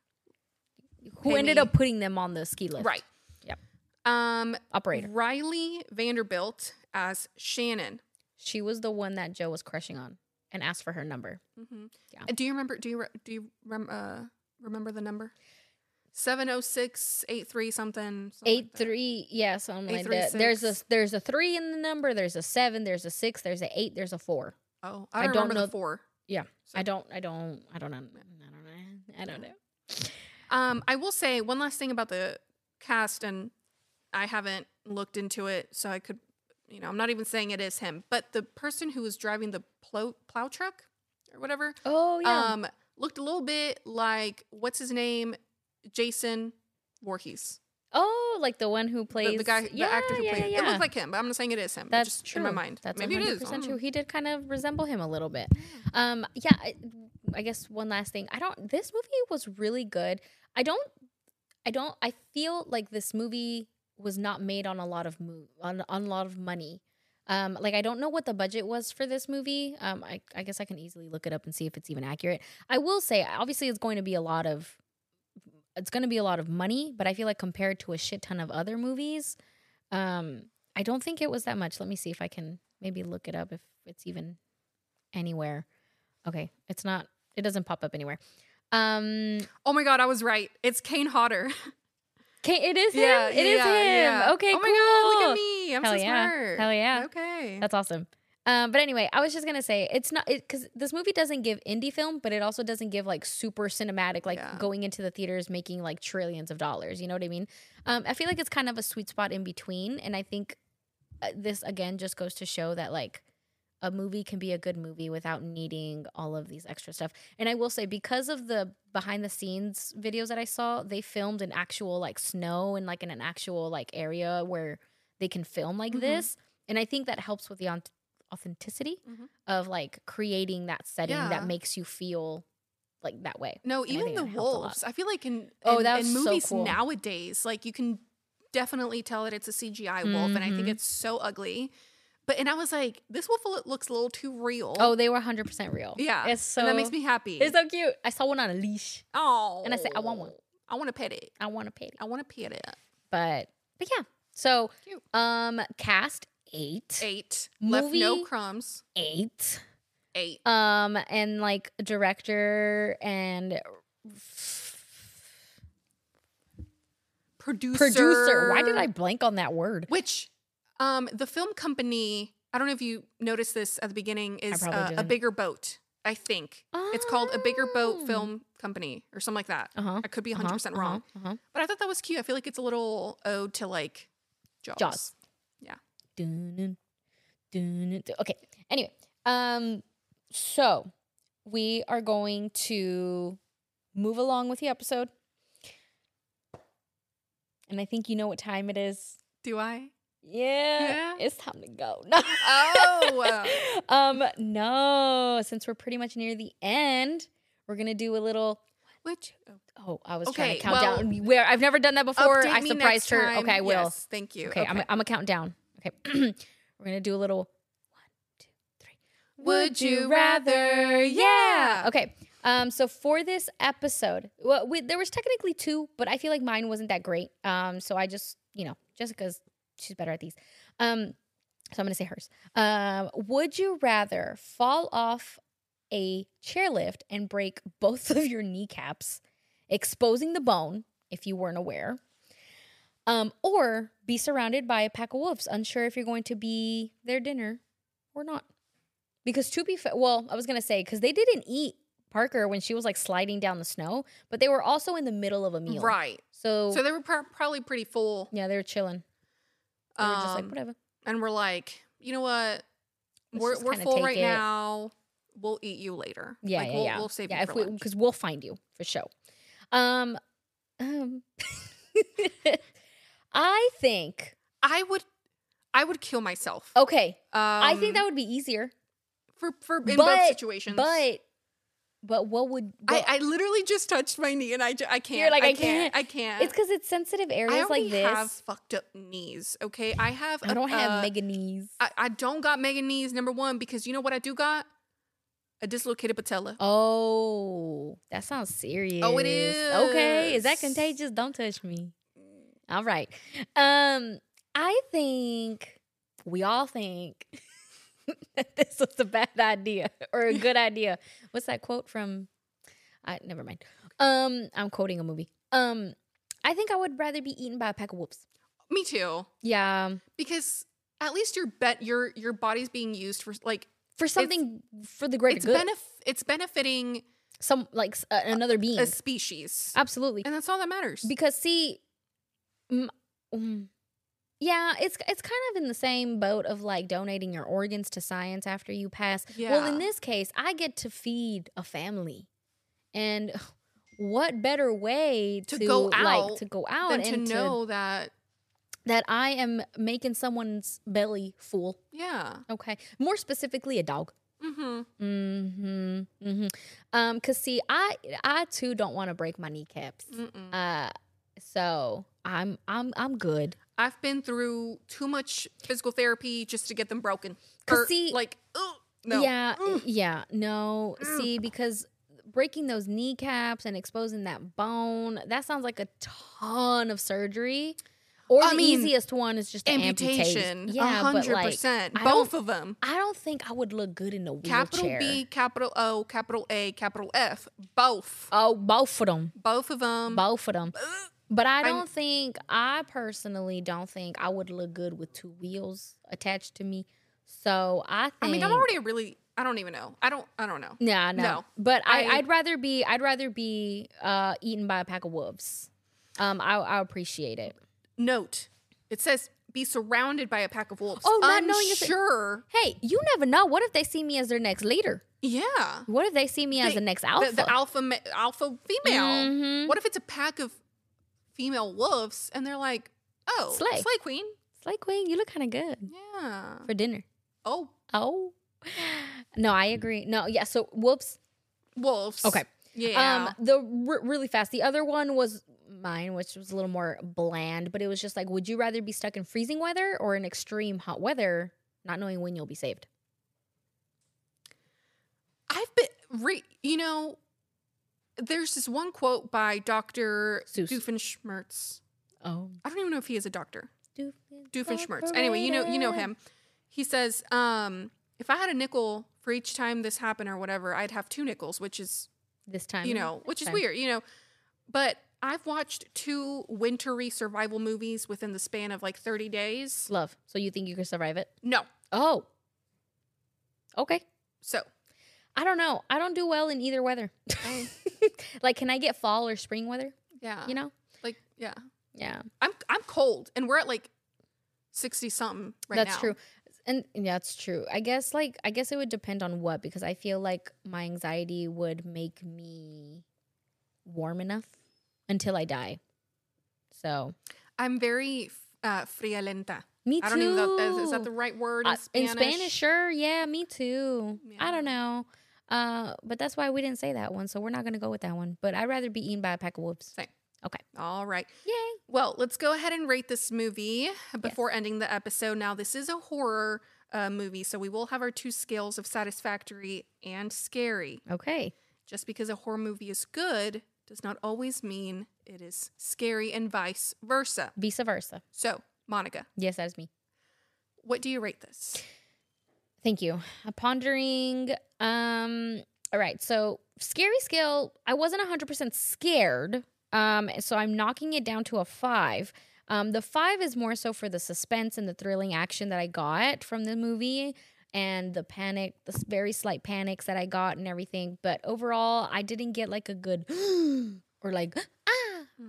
[SPEAKER 2] who ended
[SPEAKER 3] Penny.
[SPEAKER 2] up putting them on the ski lift.
[SPEAKER 3] right.
[SPEAKER 2] Yep.
[SPEAKER 3] Um,
[SPEAKER 2] Operator.
[SPEAKER 3] Riley Vanderbilt as Shannon.
[SPEAKER 2] She was the one that Joe was crushing on and asked for her number.
[SPEAKER 3] Mhm.
[SPEAKER 2] Yeah.
[SPEAKER 3] Uh, Do you remember? Do you re- do you rem- uh, remember the number? Seven zero six eight three something. something
[SPEAKER 2] Eight
[SPEAKER 3] like that.
[SPEAKER 2] three, yeah, something
[SPEAKER 3] Eight,
[SPEAKER 2] like
[SPEAKER 3] three,
[SPEAKER 2] that. There's a
[SPEAKER 3] six.
[SPEAKER 2] there's a three in the number. There's a seven. There's a six. There's a eight. There's a four.
[SPEAKER 3] Oh,
[SPEAKER 2] I
[SPEAKER 3] I don't,
[SPEAKER 2] don't
[SPEAKER 3] remember
[SPEAKER 2] know-
[SPEAKER 3] the four.
[SPEAKER 2] Yeah,
[SPEAKER 3] So-
[SPEAKER 2] I don't, I don't, I don't know, I don't know, I don't know.
[SPEAKER 3] Um, I will say one last thing about the cast, and I haven't looked into it, so I could, you know, I'm not even saying it is him, but the person who was driving the plow, plow truck or whatever,
[SPEAKER 2] Oh yeah,
[SPEAKER 3] um, looked a little bit like what's his name, Jason Voorhees,
[SPEAKER 2] oh like the one who
[SPEAKER 3] the,
[SPEAKER 2] plays
[SPEAKER 3] the guy,
[SPEAKER 2] yeah,
[SPEAKER 3] the actor who
[SPEAKER 2] yeah,
[SPEAKER 3] played.
[SPEAKER 2] Yeah,
[SPEAKER 3] It looked like him, but I'm not saying it is him. It
[SPEAKER 2] That's
[SPEAKER 3] just
[SPEAKER 2] true.
[SPEAKER 3] in my mind.
[SPEAKER 2] That's
[SPEAKER 3] Maybe it is. I
[SPEAKER 2] 100%
[SPEAKER 3] don't
[SPEAKER 2] true.
[SPEAKER 3] know.
[SPEAKER 2] He did kind of resemble him a little bit. Um, yeah, I, I guess one last thing. I don't. This movie was really good. I don't. I don't. I feel like this movie was not made on a lot of mo- on, on a lot of money. Um, like I don't know what the budget was for this movie. Um, I, I guess I can easily look it up and see if it's even accurate. I will say, obviously, it's going to be a lot of it's going to be a lot of money, but I feel like compared to a shit ton of other movies, um, I don't think it was that much. Let me see if I can maybe look it up if it's even anywhere. Okay, it's not. It doesn't pop up anywhere. Um,
[SPEAKER 3] Oh my god, I was right. It's Kane Hodder.
[SPEAKER 2] okay, it is
[SPEAKER 3] yeah,
[SPEAKER 2] him. It is him.
[SPEAKER 3] yeah.
[SPEAKER 2] Okay,
[SPEAKER 3] Oh my
[SPEAKER 2] cool.
[SPEAKER 3] god, look at me. I'm
[SPEAKER 2] Hell
[SPEAKER 3] so
[SPEAKER 2] yeah.
[SPEAKER 3] smart.
[SPEAKER 2] Hell yeah.
[SPEAKER 3] Okay.
[SPEAKER 2] That's awesome. Um, but anyway, I was just gonna say it's not because this movie doesn't give indie film, but it also doesn't give like super cinematic, like
[SPEAKER 3] Yeah.
[SPEAKER 2] going into the theaters making like trillions of dollars. You know what I mean? Um, I feel like it's kind of a sweet spot in between, and I think uh, this again just goes to show that like a movie can be a good movie without needing all of these extra stuff. And I will say because of the behind the scenes videos that I saw, they filmed in actual like snow and like in an actual like area where they can film like
[SPEAKER 3] Mhm.
[SPEAKER 2] this, and I think that helps with the auth- authenticity
[SPEAKER 3] Mhm.
[SPEAKER 2] of like creating that setting
[SPEAKER 3] Yeah.
[SPEAKER 2] that makes you feel like that way.
[SPEAKER 3] No,
[SPEAKER 2] I
[SPEAKER 3] even
[SPEAKER 2] think
[SPEAKER 3] the
[SPEAKER 2] that helped a lot.
[SPEAKER 3] wolves. I feel like in
[SPEAKER 2] Oh,
[SPEAKER 3] in,
[SPEAKER 2] that
[SPEAKER 3] in
[SPEAKER 2] was so
[SPEAKER 3] movies
[SPEAKER 2] cool.
[SPEAKER 3] nowadays, like you can definitely tell that it's a CGI wolf, and I think
[SPEAKER 2] Mhm.
[SPEAKER 3] it's so ugly. But and I was like, this wolf lo- looks a little too real.
[SPEAKER 2] Oh, they were 100% real.
[SPEAKER 3] yeah,
[SPEAKER 2] It's so
[SPEAKER 3] and that makes me happy.
[SPEAKER 2] It's so cute. I saw one on a leash
[SPEAKER 3] oh,
[SPEAKER 2] and I said I want one.
[SPEAKER 3] I want to pet it.
[SPEAKER 2] I want a pet.
[SPEAKER 3] I want to pet it.
[SPEAKER 2] But but yeah. So
[SPEAKER 3] Cute.
[SPEAKER 2] um cast 8.
[SPEAKER 3] Eight left no
[SPEAKER 2] Movie-
[SPEAKER 3] crumbs.
[SPEAKER 2] 8.
[SPEAKER 3] Eight.
[SPEAKER 2] Um and like director and
[SPEAKER 3] Producer.
[SPEAKER 2] producer. Why did I blank on that word?
[SPEAKER 3] Which, um, the film company. I don't know if you noticed this at the beginning. Is
[SPEAKER 2] probably
[SPEAKER 3] uh, a
[SPEAKER 2] didn't.
[SPEAKER 3] bigger boat. I think it's called a bigger
[SPEAKER 2] Oh.
[SPEAKER 3] boat film company or something like that.
[SPEAKER 2] Uh-huh.
[SPEAKER 3] I could be
[SPEAKER 2] uh-huh,
[SPEAKER 3] 100% percent wrong.
[SPEAKER 2] uh-huh, uh-huh.
[SPEAKER 3] But I thought that was cute. I feel like it's a little ode to like Jaws.
[SPEAKER 2] Jaws.
[SPEAKER 3] Yeah.
[SPEAKER 2] Dun-dun, dun-dun, dun. Okay. Anyway, um, so we are going to move along with the episode, and I think you know what time it is.
[SPEAKER 3] Do I?
[SPEAKER 2] Yeah,
[SPEAKER 3] Yeah.
[SPEAKER 2] it's time to go. No.
[SPEAKER 3] Oh.
[SPEAKER 2] um, no. Since we're pretty much near the end, we're gonna do a little.
[SPEAKER 3] Which
[SPEAKER 2] Oh, I was trying
[SPEAKER 3] Okay,
[SPEAKER 2] to count
[SPEAKER 3] well,
[SPEAKER 2] down. Where I've never done that before.
[SPEAKER 3] update
[SPEAKER 2] I
[SPEAKER 3] me
[SPEAKER 2] surprised
[SPEAKER 3] next
[SPEAKER 2] her.
[SPEAKER 3] time.
[SPEAKER 2] Okay, I will.
[SPEAKER 3] Yes, thank you.
[SPEAKER 2] Okay, I'm I'm gonna count down. Okay, we're gonna do a little one, two, three.
[SPEAKER 3] Would you rather? Yeah.
[SPEAKER 2] Okay. Um. So for this episode, well, we, there was technically two, but I feel like mine wasn't that great. Um. So I just, you know, Jessica's she's better at these. Um. So I'm gonna say hers. Um. Would you rather fall off a chairlift and break both of your kneecaps, exposing the bone if you weren't aware? um, or be surrounded by a pack of wolves, unsure if you're going to be their dinner or not. Because to be fair, well, I was gonna say because they didn't eat Parker when she was like sliding down the snow, but they were also in the middle of a meal,
[SPEAKER 3] Right.
[SPEAKER 2] So,
[SPEAKER 3] So they were pro- probably pretty full.
[SPEAKER 2] yeah, they were chilling. They were just like
[SPEAKER 3] Um,
[SPEAKER 2] whatever.
[SPEAKER 3] And we're like, you know what?
[SPEAKER 2] Let's
[SPEAKER 3] we're
[SPEAKER 2] just
[SPEAKER 3] we're
[SPEAKER 2] kinda
[SPEAKER 3] full
[SPEAKER 2] take
[SPEAKER 3] right
[SPEAKER 2] it.
[SPEAKER 3] now. We'll eat you later.
[SPEAKER 2] Yeah,
[SPEAKER 3] like,
[SPEAKER 2] yeah,
[SPEAKER 3] we'll,
[SPEAKER 2] yeah.
[SPEAKER 3] We'll save
[SPEAKER 2] yeah,
[SPEAKER 3] you for lunch.
[SPEAKER 2] because we'll find you for sure. Um, um, I think
[SPEAKER 3] I would, I would kill myself.
[SPEAKER 2] okay.
[SPEAKER 3] Um,
[SPEAKER 2] I think that would be easier.
[SPEAKER 3] for for in both
[SPEAKER 2] but-
[SPEAKER 3] situations.
[SPEAKER 2] But But what would
[SPEAKER 3] I,
[SPEAKER 2] what-
[SPEAKER 3] I literally just touched my knee and I, ju- I can't.
[SPEAKER 2] you're like I,
[SPEAKER 3] can't.
[SPEAKER 2] can't,
[SPEAKER 3] I can't.
[SPEAKER 2] It's because it's sensitive
[SPEAKER 3] I
[SPEAKER 2] areas
[SPEAKER 3] already
[SPEAKER 2] like this.
[SPEAKER 3] have fucked up knees. Okay, I have.
[SPEAKER 2] I don't have
[SPEAKER 3] uh,
[SPEAKER 2] mega knees.
[SPEAKER 3] I, I don't got mega knees. Number one, because you know what I do got? A dislocated patella.
[SPEAKER 2] Oh, that sounds serious.
[SPEAKER 3] Oh, it
[SPEAKER 2] Okay, is that
[SPEAKER 3] is.
[SPEAKER 2] contagious? Don't touch me. All right. Um, I think we all think that this was a bad idea or a good idea. What's that quote from? I never mind. Um, I'm quoting a movie. Um, I think I would rather be eaten by a pack of wolves.
[SPEAKER 3] Me too.
[SPEAKER 2] Yeah,
[SPEAKER 3] Because at least your bet your your body's being used for like
[SPEAKER 2] for something for the greater
[SPEAKER 3] it's
[SPEAKER 2] good.
[SPEAKER 3] benef- it's benefiting
[SPEAKER 2] Some like s- uh, another being.
[SPEAKER 3] a species,
[SPEAKER 2] Absolutely.
[SPEAKER 3] and that's all that matters.
[SPEAKER 2] because see m- mm, yeah it's it's kind of in the same boat of like donating your organs to science after you pass well in
[SPEAKER 3] Yeah.
[SPEAKER 2] this case i get to feed a family and what better way to,
[SPEAKER 3] To go
[SPEAKER 2] like
[SPEAKER 3] out
[SPEAKER 2] to go out
[SPEAKER 3] than
[SPEAKER 2] and
[SPEAKER 3] to know that
[SPEAKER 2] that i am making someone's belly full
[SPEAKER 3] yeah.
[SPEAKER 2] okay more specifically a dog
[SPEAKER 3] Mm-hmm.
[SPEAKER 2] mm-hmm mm-hmm um because see i i too don't want to break my kneecaps
[SPEAKER 3] Mm-mm.
[SPEAKER 2] uh, so I'm I'm I'm good.
[SPEAKER 3] I've been through too much physical therapy just to get them broken.
[SPEAKER 2] 'Cause
[SPEAKER 3] Or,
[SPEAKER 2] see-
[SPEAKER 3] like, ugh, no.
[SPEAKER 2] Yeah, uh,
[SPEAKER 3] Mm.
[SPEAKER 2] yeah. No,
[SPEAKER 3] Mm.
[SPEAKER 2] see, because breaking those kneecaps and exposing that bone, that sounds like a ton of surgery. Or
[SPEAKER 3] I
[SPEAKER 2] the
[SPEAKER 3] mean,
[SPEAKER 2] easiest one is just to amputate.
[SPEAKER 3] amputation,
[SPEAKER 2] Yeah, but
[SPEAKER 3] hundred
[SPEAKER 2] like
[SPEAKER 3] percent,
[SPEAKER 2] I
[SPEAKER 3] both
[SPEAKER 2] don't-
[SPEAKER 3] of them.
[SPEAKER 2] I don't think I would look good in a wheelchair.
[SPEAKER 3] Capital B, capital O, capital A, capital F, both,
[SPEAKER 2] Oh, both of them.
[SPEAKER 3] both of them.
[SPEAKER 2] Both of them. But I
[SPEAKER 3] I'm-
[SPEAKER 2] don't think I personally don't think I would look good with two wheels attached to me. So I think
[SPEAKER 3] I mean, I'm already a really. I don't even know. I don't. I don't know.
[SPEAKER 2] Nah, no.
[SPEAKER 3] No.
[SPEAKER 2] But I,
[SPEAKER 3] I-
[SPEAKER 2] I, would rather be I'd rather be uh, eaten by a pack of wolves. Um, I I appreciate it.
[SPEAKER 3] Note: It says be surrounded by a pack of wolves.
[SPEAKER 2] Oh, not knowing if it-
[SPEAKER 3] Unsure.
[SPEAKER 2] Hey, you never know. What if they see me as their next leader?
[SPEAKER 3] yeah.
[SPEAKER 2] What if they see me as
[SPEAKER 3] They-
[SPEAKER 2] the next alpha?
[SPEAKER 3] The, the alpha, ma- alpha female.
[SPEAKER 2] Mhm.
[SPEAKER 3] What if it's a pack of female wolves and they're like, oh,
[SPEAKER 2] Slay.
[SPEAKER 3] slay queen.
[SPEAKER 2] It's like Queen, you look kind of good
[SPEAKER 3] Yeah.
[SPEAKER 2] for dinner.
[SPEAKER 3] Oh,
[SPEAKER 2] Oh, no, I agree. No, yeah. So whoops.
[SPEAKER 3] wolves.
[SPEAKER 2] Okay.
[SPEAKER 3] Yeah.
[SPEAKER 2] Um, the re- really fast. The other one was mine, which was a little more bland, but it was just like, would you rather be stuck in freezing weather or in extreme hot weather, not knowing when you'll be saved?
[SPEAKER 3] I've been, re- you know, there's this one quote by Dr.
[SPEAKER 2] Seuss.
[SPEAKER 3] Doofenshmirtz.
[SPEAKER 2] Oh.
[SPEAKER 3] I don't even know if he is a doctor. Doofenshmirtz. Anyway, you know, you know him. He says, um, if I had a nickel for each time this happened or whatever, I'd have two nickels, which is
[SPEAKER 2] This time,
[SPEAKER 3] you know, which is
[SPEAKER 2] Okay.
[SPEAKER 3] weird, you know. But I've watched two wintry survival movies within the span of like 30 days.
[SPEAKER 2] love. So you think you could survive it?
[SPEAKER 3] No.
[SPEAKER 2] Oh. Okay.
[SPEAKER 3] So,
[SPEAKER 2] I don't know. I don't do well in either weather.
[SPEAKER 3] I-
[SPEAKER 2] like, can I get fall or spring weather?
[SPEAKER 3] yeah.
[SPEAKER 2] You know?
[SPEAKER 3] like yeah.
[SPEAKER 2] Yeah,
[SPEAKER 3] I'm I'm cold and we're at like 60 something right now.
[SPEAKER 2] that's true. And yeah, that's true. I guess like I guess it would depend on what because I feel like my anxiety would make me warm enough until I die. So
[SPEAKER 3] I'm very uh frialenta.
[SPEAKER 2] me too.
[SPEAKER 3] I don't even know if that, is that the right word in
[SPEAKER 2] Uh,
[SPEAKER 3] Spanish?
[SPEAKER 2] sure. Yeah, me too. I
[SPEAKER 3] Yeah.
[SPEAKER 2] don't know. Uh, but that's why we didn't say that one, so we're not gonna go with that one. But I'd rather be eaten by a pack of wolves.
[SPEAKER 3] All right.
[SPEAKER 2] Yay!
[SPEAKER 3] Well, let's go ahead and rate this movie before ending the episode. Now, this is a horror uh, movie, so we will have our two scales of satisfactory and scary.
[SPEAKER 2] Okay.
[SPEAKER 3] Just because a horror movie is good does not always mean it is scary and vice versa.
[SPEAKER 2] Vice versa.
[SPEAKER 3] So, Monica,
[SPEAKER 2] Yes, that is me.
[SPEAKER 3] what do you rate this?
[SPEAKER 2] Thank you. A pondering. Um. All right. So scary scale. I wasn't hundred percent scared. Um. So I'm knocking it down to a five. Um. The five is more so for the suspense and the thrilling action that I got from the movie. And the panic, the s- very slight panics that I got and everything. But overall, I didn't get like a good or like ah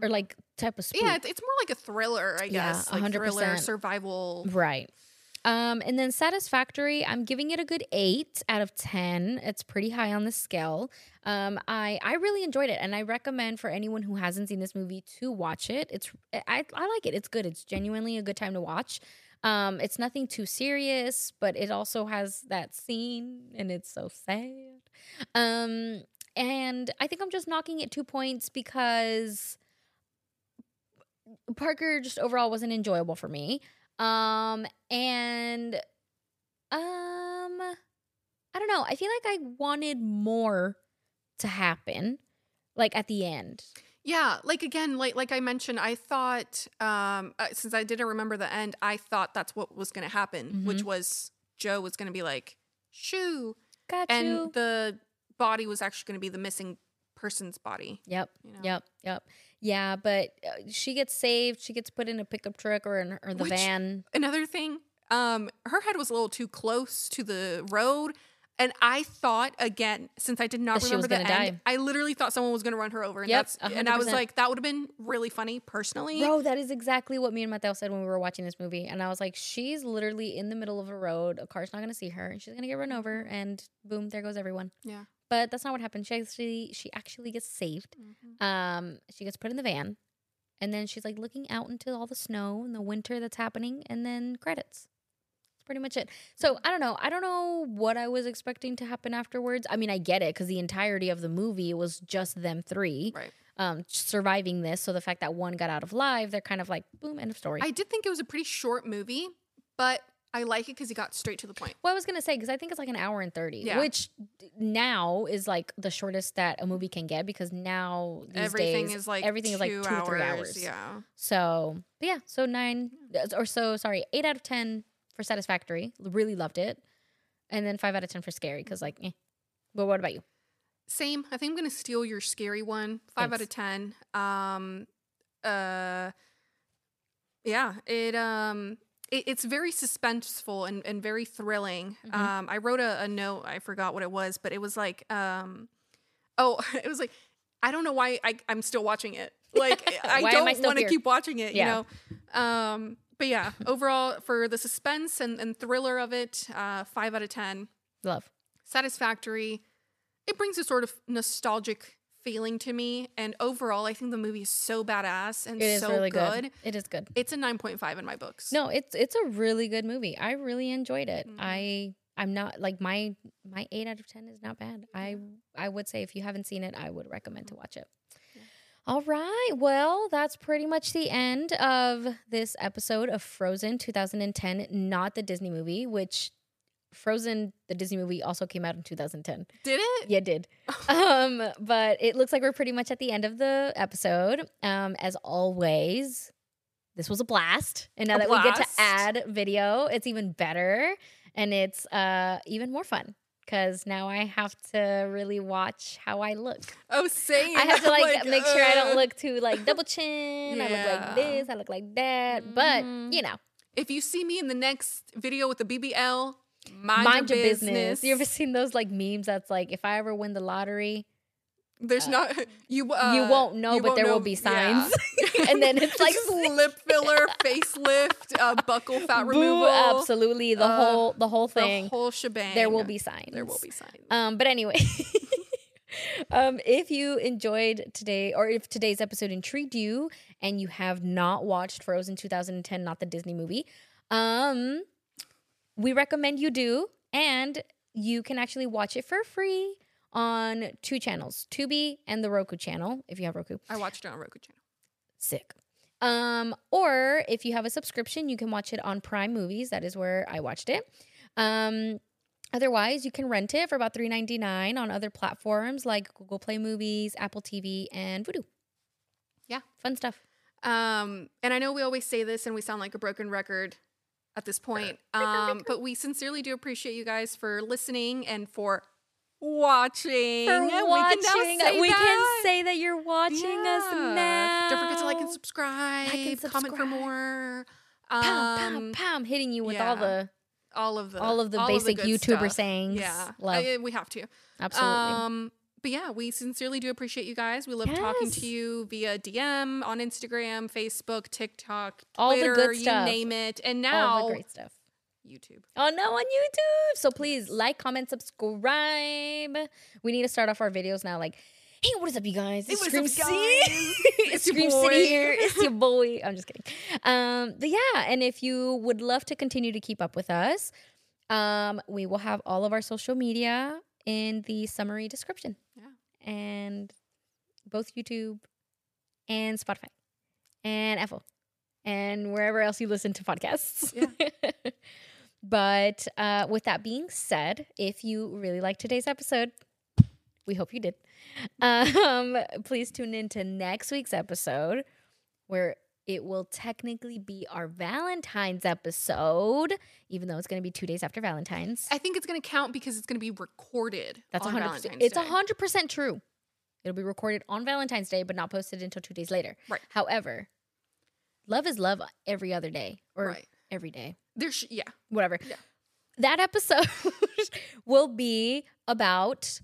[SPEAKER 2] or like type of spook.
[SPEAKER 3] Yeah, it's, it's more like a thriller, I
[SPEAKER 2] Hmm. Yeah,
[SPEAKER 3] guess. like thriller,
[SPEAKER 2] 100%.
[SPEAKER 3] survival.
[SPEAKER 2] Right. Um, and then satisfactory, I'm giving it a good eight out of ten. It's pretty high on the scale. Um, I I really enjoyed it, and I recommend for anyone who hasn't seen this movie to watch it. It's I I like it. It's good. It's genuinely a good time to watch. Um, it's nothing too serious, but it also has that scene, and it's so sad. Um, And I think I'm just knocking it two points because Parker just overall wasn't enjoyable for me. Um, and um, I don't know. I feel like I wanted more to happen, like at the end.
[SPEAKER 3] Yeah, like again, like like I mentioned, I thought um uh, since I didn't remember the end, I thought that's what was going to happen, which was Joe was going to be like, "Shoo,"
[SPEAKER 2] Got
[SPEAKER 3] and
[SPEAKER 2] you.
[SPEAKER 3] the body was actually going to be the missing person's body.
[SPEAKER 2] Yep.
[SPEAKER 3] You know?
[SPEAKER 2] Yep. Yep. Yeah, but uh, she gets saved. She gets put in a pickup truck or in or the
[SPEAKER 3] Which-
[SPEAKER 2] van.
[SPEAKER 3] Another thing, um her head was a little too close to the road. And I thought again, since I did not
[SPEAKER 2] That she was
[SPEAKER 3] remember the end,
[SPEAKER 2] gonna
[SPEAKER 3] I literally thought someone was going to run her over, and
[SPEAKER 2] Yep,
[SPEAKER 3] that's and I was
[SPEAKER 2] 100%.
[SPEAKER 3] like, that would have been really funny, personally.
[SPEAKER 2] Bro, that is exactly what me and Mateo said when we were watching this movie. And I was like, she's literally in the middle of a road. A car's not going to see her. And she's going to get run over. And boom, there goes everyone.
[SPEAKER 3] Yeah.
[SPEAKER 2] But that's not what happened. She actually, she actually gets saved. Um, she gets put in the van. And then she's like looking out into all the snow and the winter that's happening. And then credits. That's pretty much it. So I don't know. I don't know what I was expecting to happen afterwards. I mean, I get it because the entirety of the movie was just them three
[SPEAKER 3] Right.
[SPEAKER 2] um, surviving this. So the fact that one got out of live, they're kind of like, boom, end of story.
[SPEAKER 3] I did think it was a pretty short movie, but I like it because he got straight to the point.
[SPEAKER 2] well, I was gonna say because I think it's like an hour and thirty,
[SPEAKER 3] Yeah.
[SPEAKER 2] which now is like the shortest that a movie can get because now these
[SPEAKER 3] everything
[SPEAKER 2] days,
[SPEAKER 3] is like
[SPEAKER 2] everything is like two to three hours.
[SPEAKER 3] Yeah,
[SPEAKER 2] So but yeah, so nine or so. Sorry, eight out of ten for satisfactory. Really loved it, and then five out of ten for scary because like, eh. but what about you?
[SPEAKER 3] same. I think I'm gonna steal your scary one. Five out of ten. Um, uh, yeah. It um, it, it's very suspenseful and and very thrilling.
[SPEAKER 2] Mm-hmm.
[SPEAKER 3] Um, I wrote a, a note. I forgot what it was, but it was like um, oh, it was like I don't know why I, I'm still watching it. Like I
[SPEAKER 2] Why am I
[SPEAKER 3] don't
[SPEAKER 2] still
[SPEAKER 3] want to
[SPEAKER 2] here?
[SPEAKER 3] keep watching it.
[SPEAKER 2] Yeah.
[SPEAKER 3] You know. Um, but yeah, overall for the suspense and, and thriller of it, uh, five out of ten.
[SPEAKER 2] Love.
[SPEAKER 3] satisfactory. It brings a sort of nostalgic feeling to me. And overall, I think the movie is so badass and
[SPEAKER 2] It is
[SPEAKER 3] so
[SPEAKER 2] really
[SPEAKER 3] good.
[SPEAKER 2] good. It is good.
[SPEAKER 3] It's a 9.5 in my books.
[SPEAKER 2] No, it's it's a really good movie. I really enjoyed it. I I'm not like my my eight out of ten is not bad. I I would say if you haven't seen it, I would recommend to watch it. All right. Well, that's pretty much the end of this episode of Frozen 2010, not the Disney movie, which Frozen, the Disney movie, also came out in 2010.
[SPEAKER 3] Did it?
[SPEAKER 2] Yeah, it did. um, but it looks like we're pretty much at the end of the episode. Um, as always, this was a blast. And now
[SPEAKER 3] A
[SPEAKER 2] that we get to
[SPEAKER 3] blast.
[SPEAKER 2] add video, it's even better and it's uh even more fun. Cause now I have to really watch how I look.
[SPEAKER 3] Oh, same.
[SPEAKER 2] I have to
[SPEAKER 3] I'm
[SPEAKER 2] like, make sure I
[SPEAKER 3] uh.
[SPEAKER 2] don't look too like double chin. I look
[SPEAKER 3] Yeah. Mm-hmm.
[SPEAKER 2] like this. I look like that. But you know,
[SPEAKER 3] If you see me in the next video with the BBL, mind,
[SPEAKER 2] mind,
[SPEAKER 3] your, business.
[SPEAKER 2] You ever seen those like memes? That's like if I ever win the lottery,
[SPEAKER 3] There's not you. Uh,
[SPEAKER 2] you won't know, but
[SPEAKER 3] won't
[SPEAKER 2] there will
[SPEAKER 3] know-
[SPEAKER 2] be
[SPEAKER 3] yeah.
[SPEAKER 2] signs. and then it's like
[SPEAKER 3] Just lip filler, facelift, uh, buckle fat
[SPEAKER 2] boo,
[SPEAKER 3] removal,
[SPEAKER 2] absolutely the
[SPEAKER 3] Uh,
[SPEAKER 2] whole the whole
[SPEAKER 3] the
[SPEAKER 2] thing.
[SPEAKER 3] whole shebang.
[SPEAKER 2] there will be signs.
[SPEAKER 3] There will be signs.
[SPEAKER 2] Um, but anyway, um, if you enjoyed today, or if today's episode intrigued you, and you have not watched Frozen 2010, not the Disney movie, um, we recommend you do, and you can actually watch it for free on two channels, Tubi and the Roku channel, if you have Roku
[SPEAKER 3] I watched it on Roku channel.
[SPEAKER 2] sick. Um, or if you have a subscription, you can watch it on Prime Movies. That is where I watched it. Um, otherwise, you can rent it for about three ninety nine on other platforms like Google Play Movies, Apple TV, and Vudu.
[SPEAKER 3] Yeah.
[SPEAKER 2] fun stuff.
[SPEAKER 3] Um, and I know we always say this and we sound like a broken record at this point. Um, but we sincerely do appreciate you guys for listening and for watching.
[SPEAKER 2] For
[SPEAKER 3] We can now
[SPEAKER 2] watching,
[SPEAKER 3] say
[SPEAKER 2] we
[SPEAKER 3] that.
[SPEAKER 2] can say that you're watching us
[SPEAKER 3] Yeah.
[SPEAKER 2] now.
[SPEAKER 3] Don't forget to like and subscribe. Comment for
[SPEAKER 2] subscribe.
[SPEAKER 3] more.
[SPEAKER 2] Pam,
[SPEAKER 3] Um,
[SPEAKER 2] pam, pam, hitting you with all
[SPEAKER 3] yeah.
[SPEAKER 2] the
[SPEAKER 3] all of the
[SPEAKER 2] all of the basic
[SPEAKER 3] good
[SPEAKER 2] YouTuber
[SPEAKER 3] stuff.
[SPEAKER 2] sayings.
[SPEAKER 3] Yeah,
[SPEAKER 2] Love.
[SPEAKER 3] I- we have to.
[SPEAKER 2] absolutely.
[SPEAKER 3] Um, but yeah, we sincerely do appreciate you guys. We love talking
[SPEAKER 2] Yes.
[SPEAKER 3] to you via DM on Instagram, Facebook, TikTok, Twitter,
[SPEAKER 2] All the good
[SPEAKER 3] you
[SPEAKER 2] stuff.
[SPEAKER 3] name it, and
[SPEAKER 2] all
[SPEAKER 3] now
[SPEAKER 2] the great stuff.
[SPEAKER 3] YouTube.
[SPEAKER 2] Oh no, on YouTube. So please like, comment, subscribe. We need to start off our videos now. Like, hey, what is up, you guys? It's
[SPEAKER 3] what is
[SPEAKER 2] Scream
[SPEAKER 3] up,
[SPEAKER 2] City.
[SPEAKER 3] guys?
[SPEAKER 2] it's
[SPEAKER 3] It's your
[SPEAKER 2] Scream
[SPEAKER 3] boy.
[SPEAKER 2] City here. It's your boy. I'm just kidding. Um, but yeah, and if you would love to continue to keep up with us, um, we will have all of our social media in the summary description.
[SPEAKER 3] Yeah.
[SPEAKER 2] and both YouTube and Spotify and Apple and wherever else you listen to podcasts. but uh, with that being said, if you really liked today's episode, we hope you did. Um, please tune in to next week's episode where it will technically be our Valentine's episode, even though it's going to be two days after Valentine's.
[SPEAKER 3] I think it's going to count because it's going to be recorded.
[SPEAKER 2] That's
[SPEAKER 3] on
[SPEAKER 2] 100%.
[SPEAKER 3] Valentine's
[SPEAKER 2] it's
[SPEAKER 3] Day.
[SPEAKER 2] 100% true. It'll be recorded on Valentine's Day, but not posted until two days later.
[SPEAKER 3] Right.
[SPEAKER 2] However, love is love every other day or
[SPEAKER 3] Right.
[SPEAKER 2] every day,
[SPEAKER 3] There, sh- yeah,
[SPEAKER 2] whatever.
[SPEAKER 3] Yeah.
[SPEAKER 2] That episode will be about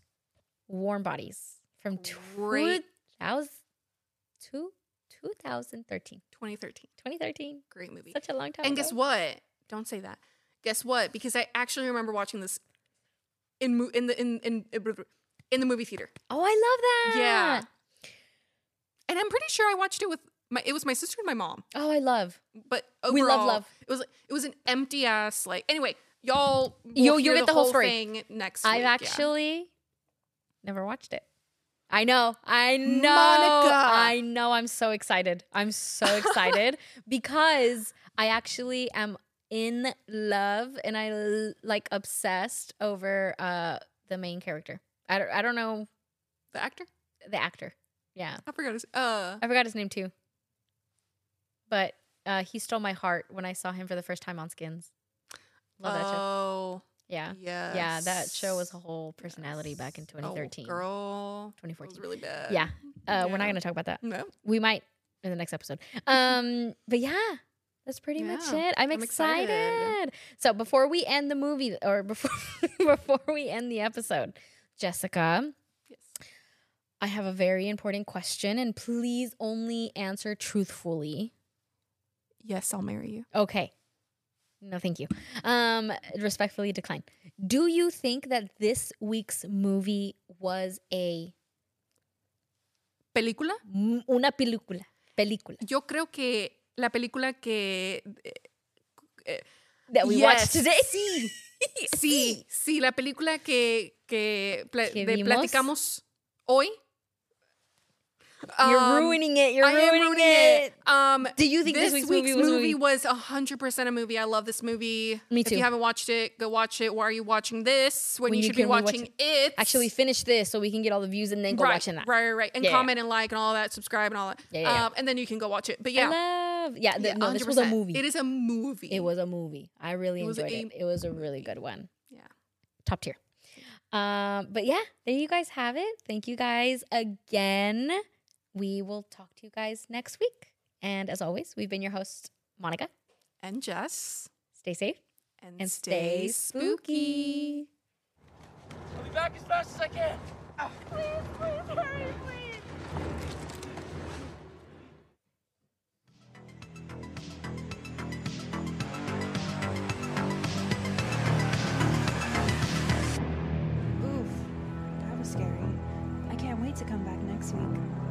[SPEAKER 2] warm bodies from
[SPEAKER 3] Great.
[SPEAKER 2] 2000, two- 2013.
[SPEAKER 3] 2013,
[SPEAKER 2] 2013.
[SPEAKER 3] great movie.
[SPEAKER 2] Such a long time
[SPEAKER 3] And
[SPEAKER 2] ago.
[SPEAKER 3] guess what? Don't say that. Guess what? Because I actually remember watching this in mo- in the in in in the movie theater,
[SPEAKER 2] Oh, I love that.
[SPEAKER 3] Yeah. and I'm pretty sure I watched it with my. It was my sister and my mom.
[SPEAKER 2] Oh, I love.
[SPEAKER 3] But overall,
[SPEAKER 2] We love love.
[SPEAKER 3] It was it was an empty ass like. Anyway, y'all, will
[SPEAKER 2] You'll-
[SPEAKER 3] hear
[SPEAKER 2] you'll get the whole story.
[SPEAKER 3] thing next.
[SPEAKER 2] I've
[SPEAKER 3] week, yeah.
[SPEAKER 2] actually never watched it. I know. I know.
[SPEAKER 3] Monica.
[SPEAKER 2] I know. I'm so excited. I'm so excited because I actually am in love and I l- like obsessed over uh the main character. I don't, I don't know
[SPEAKER 3] the actor.
[SPEAKER 2] the actor. Yeah.
[SPEAKER 3] I forgot his. Uh,
[SPEAKER 2] I forgot his name too. But uh he stole my heart when I saw him for the first time on Skins. Love that show.
[SPEAKER 3] oh,
[SPEAKER 2] Yeah.
[SPEAKER 3] yes.
[SPEAKER 2] Yeah, that show was a whole personality back in 2013.
[SPEAKER 3] Oh, girl, it was
[SPEAKER 2] 2014.
[SPEAKER 3] really bad.
[SPEAKER 2] yeah. Uh, We're
[SPEAKER 3] yeah.
[SPEAKER 2] not going to talk about that.
[SPEAKER 3] No.
[SPEAKER 2] We might in the next episode. Um, but yeah, that's pretty much
[SPEAKER 3] Yeah,
[SPEAKER 2] it. I'm,
[SPEAKER 3] I'm
[SPEAKER 2] excited.
[SPEAKER 3] excited.
[SPEAKER 2] So before we end the movie or before before we end the episode, Jessica,
[SPEAKER 3] Yes.
[SPEAKER 2] I have a very important question and please only answer truthfully.
[SPEAKER 3] Yes, I'll marry you.
[SPEAKER 2] Okay. No, thank you. Um, respectfully decline. Do you think that this week's movie was a
[SPEAKER 3] Película.
[SPEAKER 2] una película? Película
[SPEAKER 3] Yo creo que la película que
[SPEAKER 2] that we watched
[SPEAKER 3] Yes.
[SPEAKER 2] today.
[SPEAKER 3] sí, sí, la película que que, pla-
[SPEAKER 2] Que
[SPEAKER 3] de
[SPEAKER 2] vimos.
[SPEAKER 3] platicamos hoy.
[SPEAKER 2] You're
[SPEAKER 3] Um,
[SPEAKER 2] ruining it. You're
[SPEAKER 3] I am
[SPEAKER 2] ruining,
[SPEAKER 3] ruining
[SPEAKER 2] it.
[SPEAKER 3] Um,
[SPEAKER 2] Do you think this, week's, movie was a movie?
[SPEAKER 3] was hundred percent a movie. I love this movie.
[SPEAKER 2] Me
[SPEAKER 3] If
[SPEAKER 2] too.
[SPEAKER 3] you haven't watched it, go watch it. Why are you watching this when, you, should be
[SPEAKER 2] can rewatch
[SPEAKER 3] watching
[SPEAKER 2] it.
[SPEAKER 3] it.
[SPEAKER 2] Actually, finish this so we can get all the views and then go
[SPEAKER 3] right,
[SPEAKER 2] watching that.
[SPEAKER 3] Right, right, right. And
[SPEAKER 2] Yeah, yeah.
[SPEAKER 3] comment and like and all that, subscribe and all that.
[SPEAKER 2] Yeah, yeah, yeah.
[SPEAKER 3] Um, and then you can go watch it. But
[SPEAKER 2] I
[SPEAKER 3] yeah,
[SPEAKER 2] love. Yeah, th-
[SPEAKER 3] yeah,
[SPEAKER 2] no, this was a
[SPEAKER 3] 100%.
[SPEAKER 2] movie.
[SPEAKER 3] It is a movie.
[SPEAKER 2] It was a movie. I really
[SPEAKER 3] It was
[SPEAKER 2] enjoyed
[SPEAKER 3] a
[SPEAKER 2] it. It was a really good one.
[SPEAKER 3] Yeah.
[SPEAKER 2] Top tier. Um, but yeah, there you guys have it. Thank you guys again. We will talk to you guys next week. And as always, we've been your hosts, Monica.
[SPEAKER 3] and Jess
[SPEAKER 2] Stay safe
[SPEAKER 3] and,
[SPEAKER 2] and stay, spooky.
[SPEAKER 5] I'll be back as fast as I can.
[SPEAKER 4] Please, please hurry, please.
[SPEAKER 1] Oof, that was scary. I can't wait to come back next week.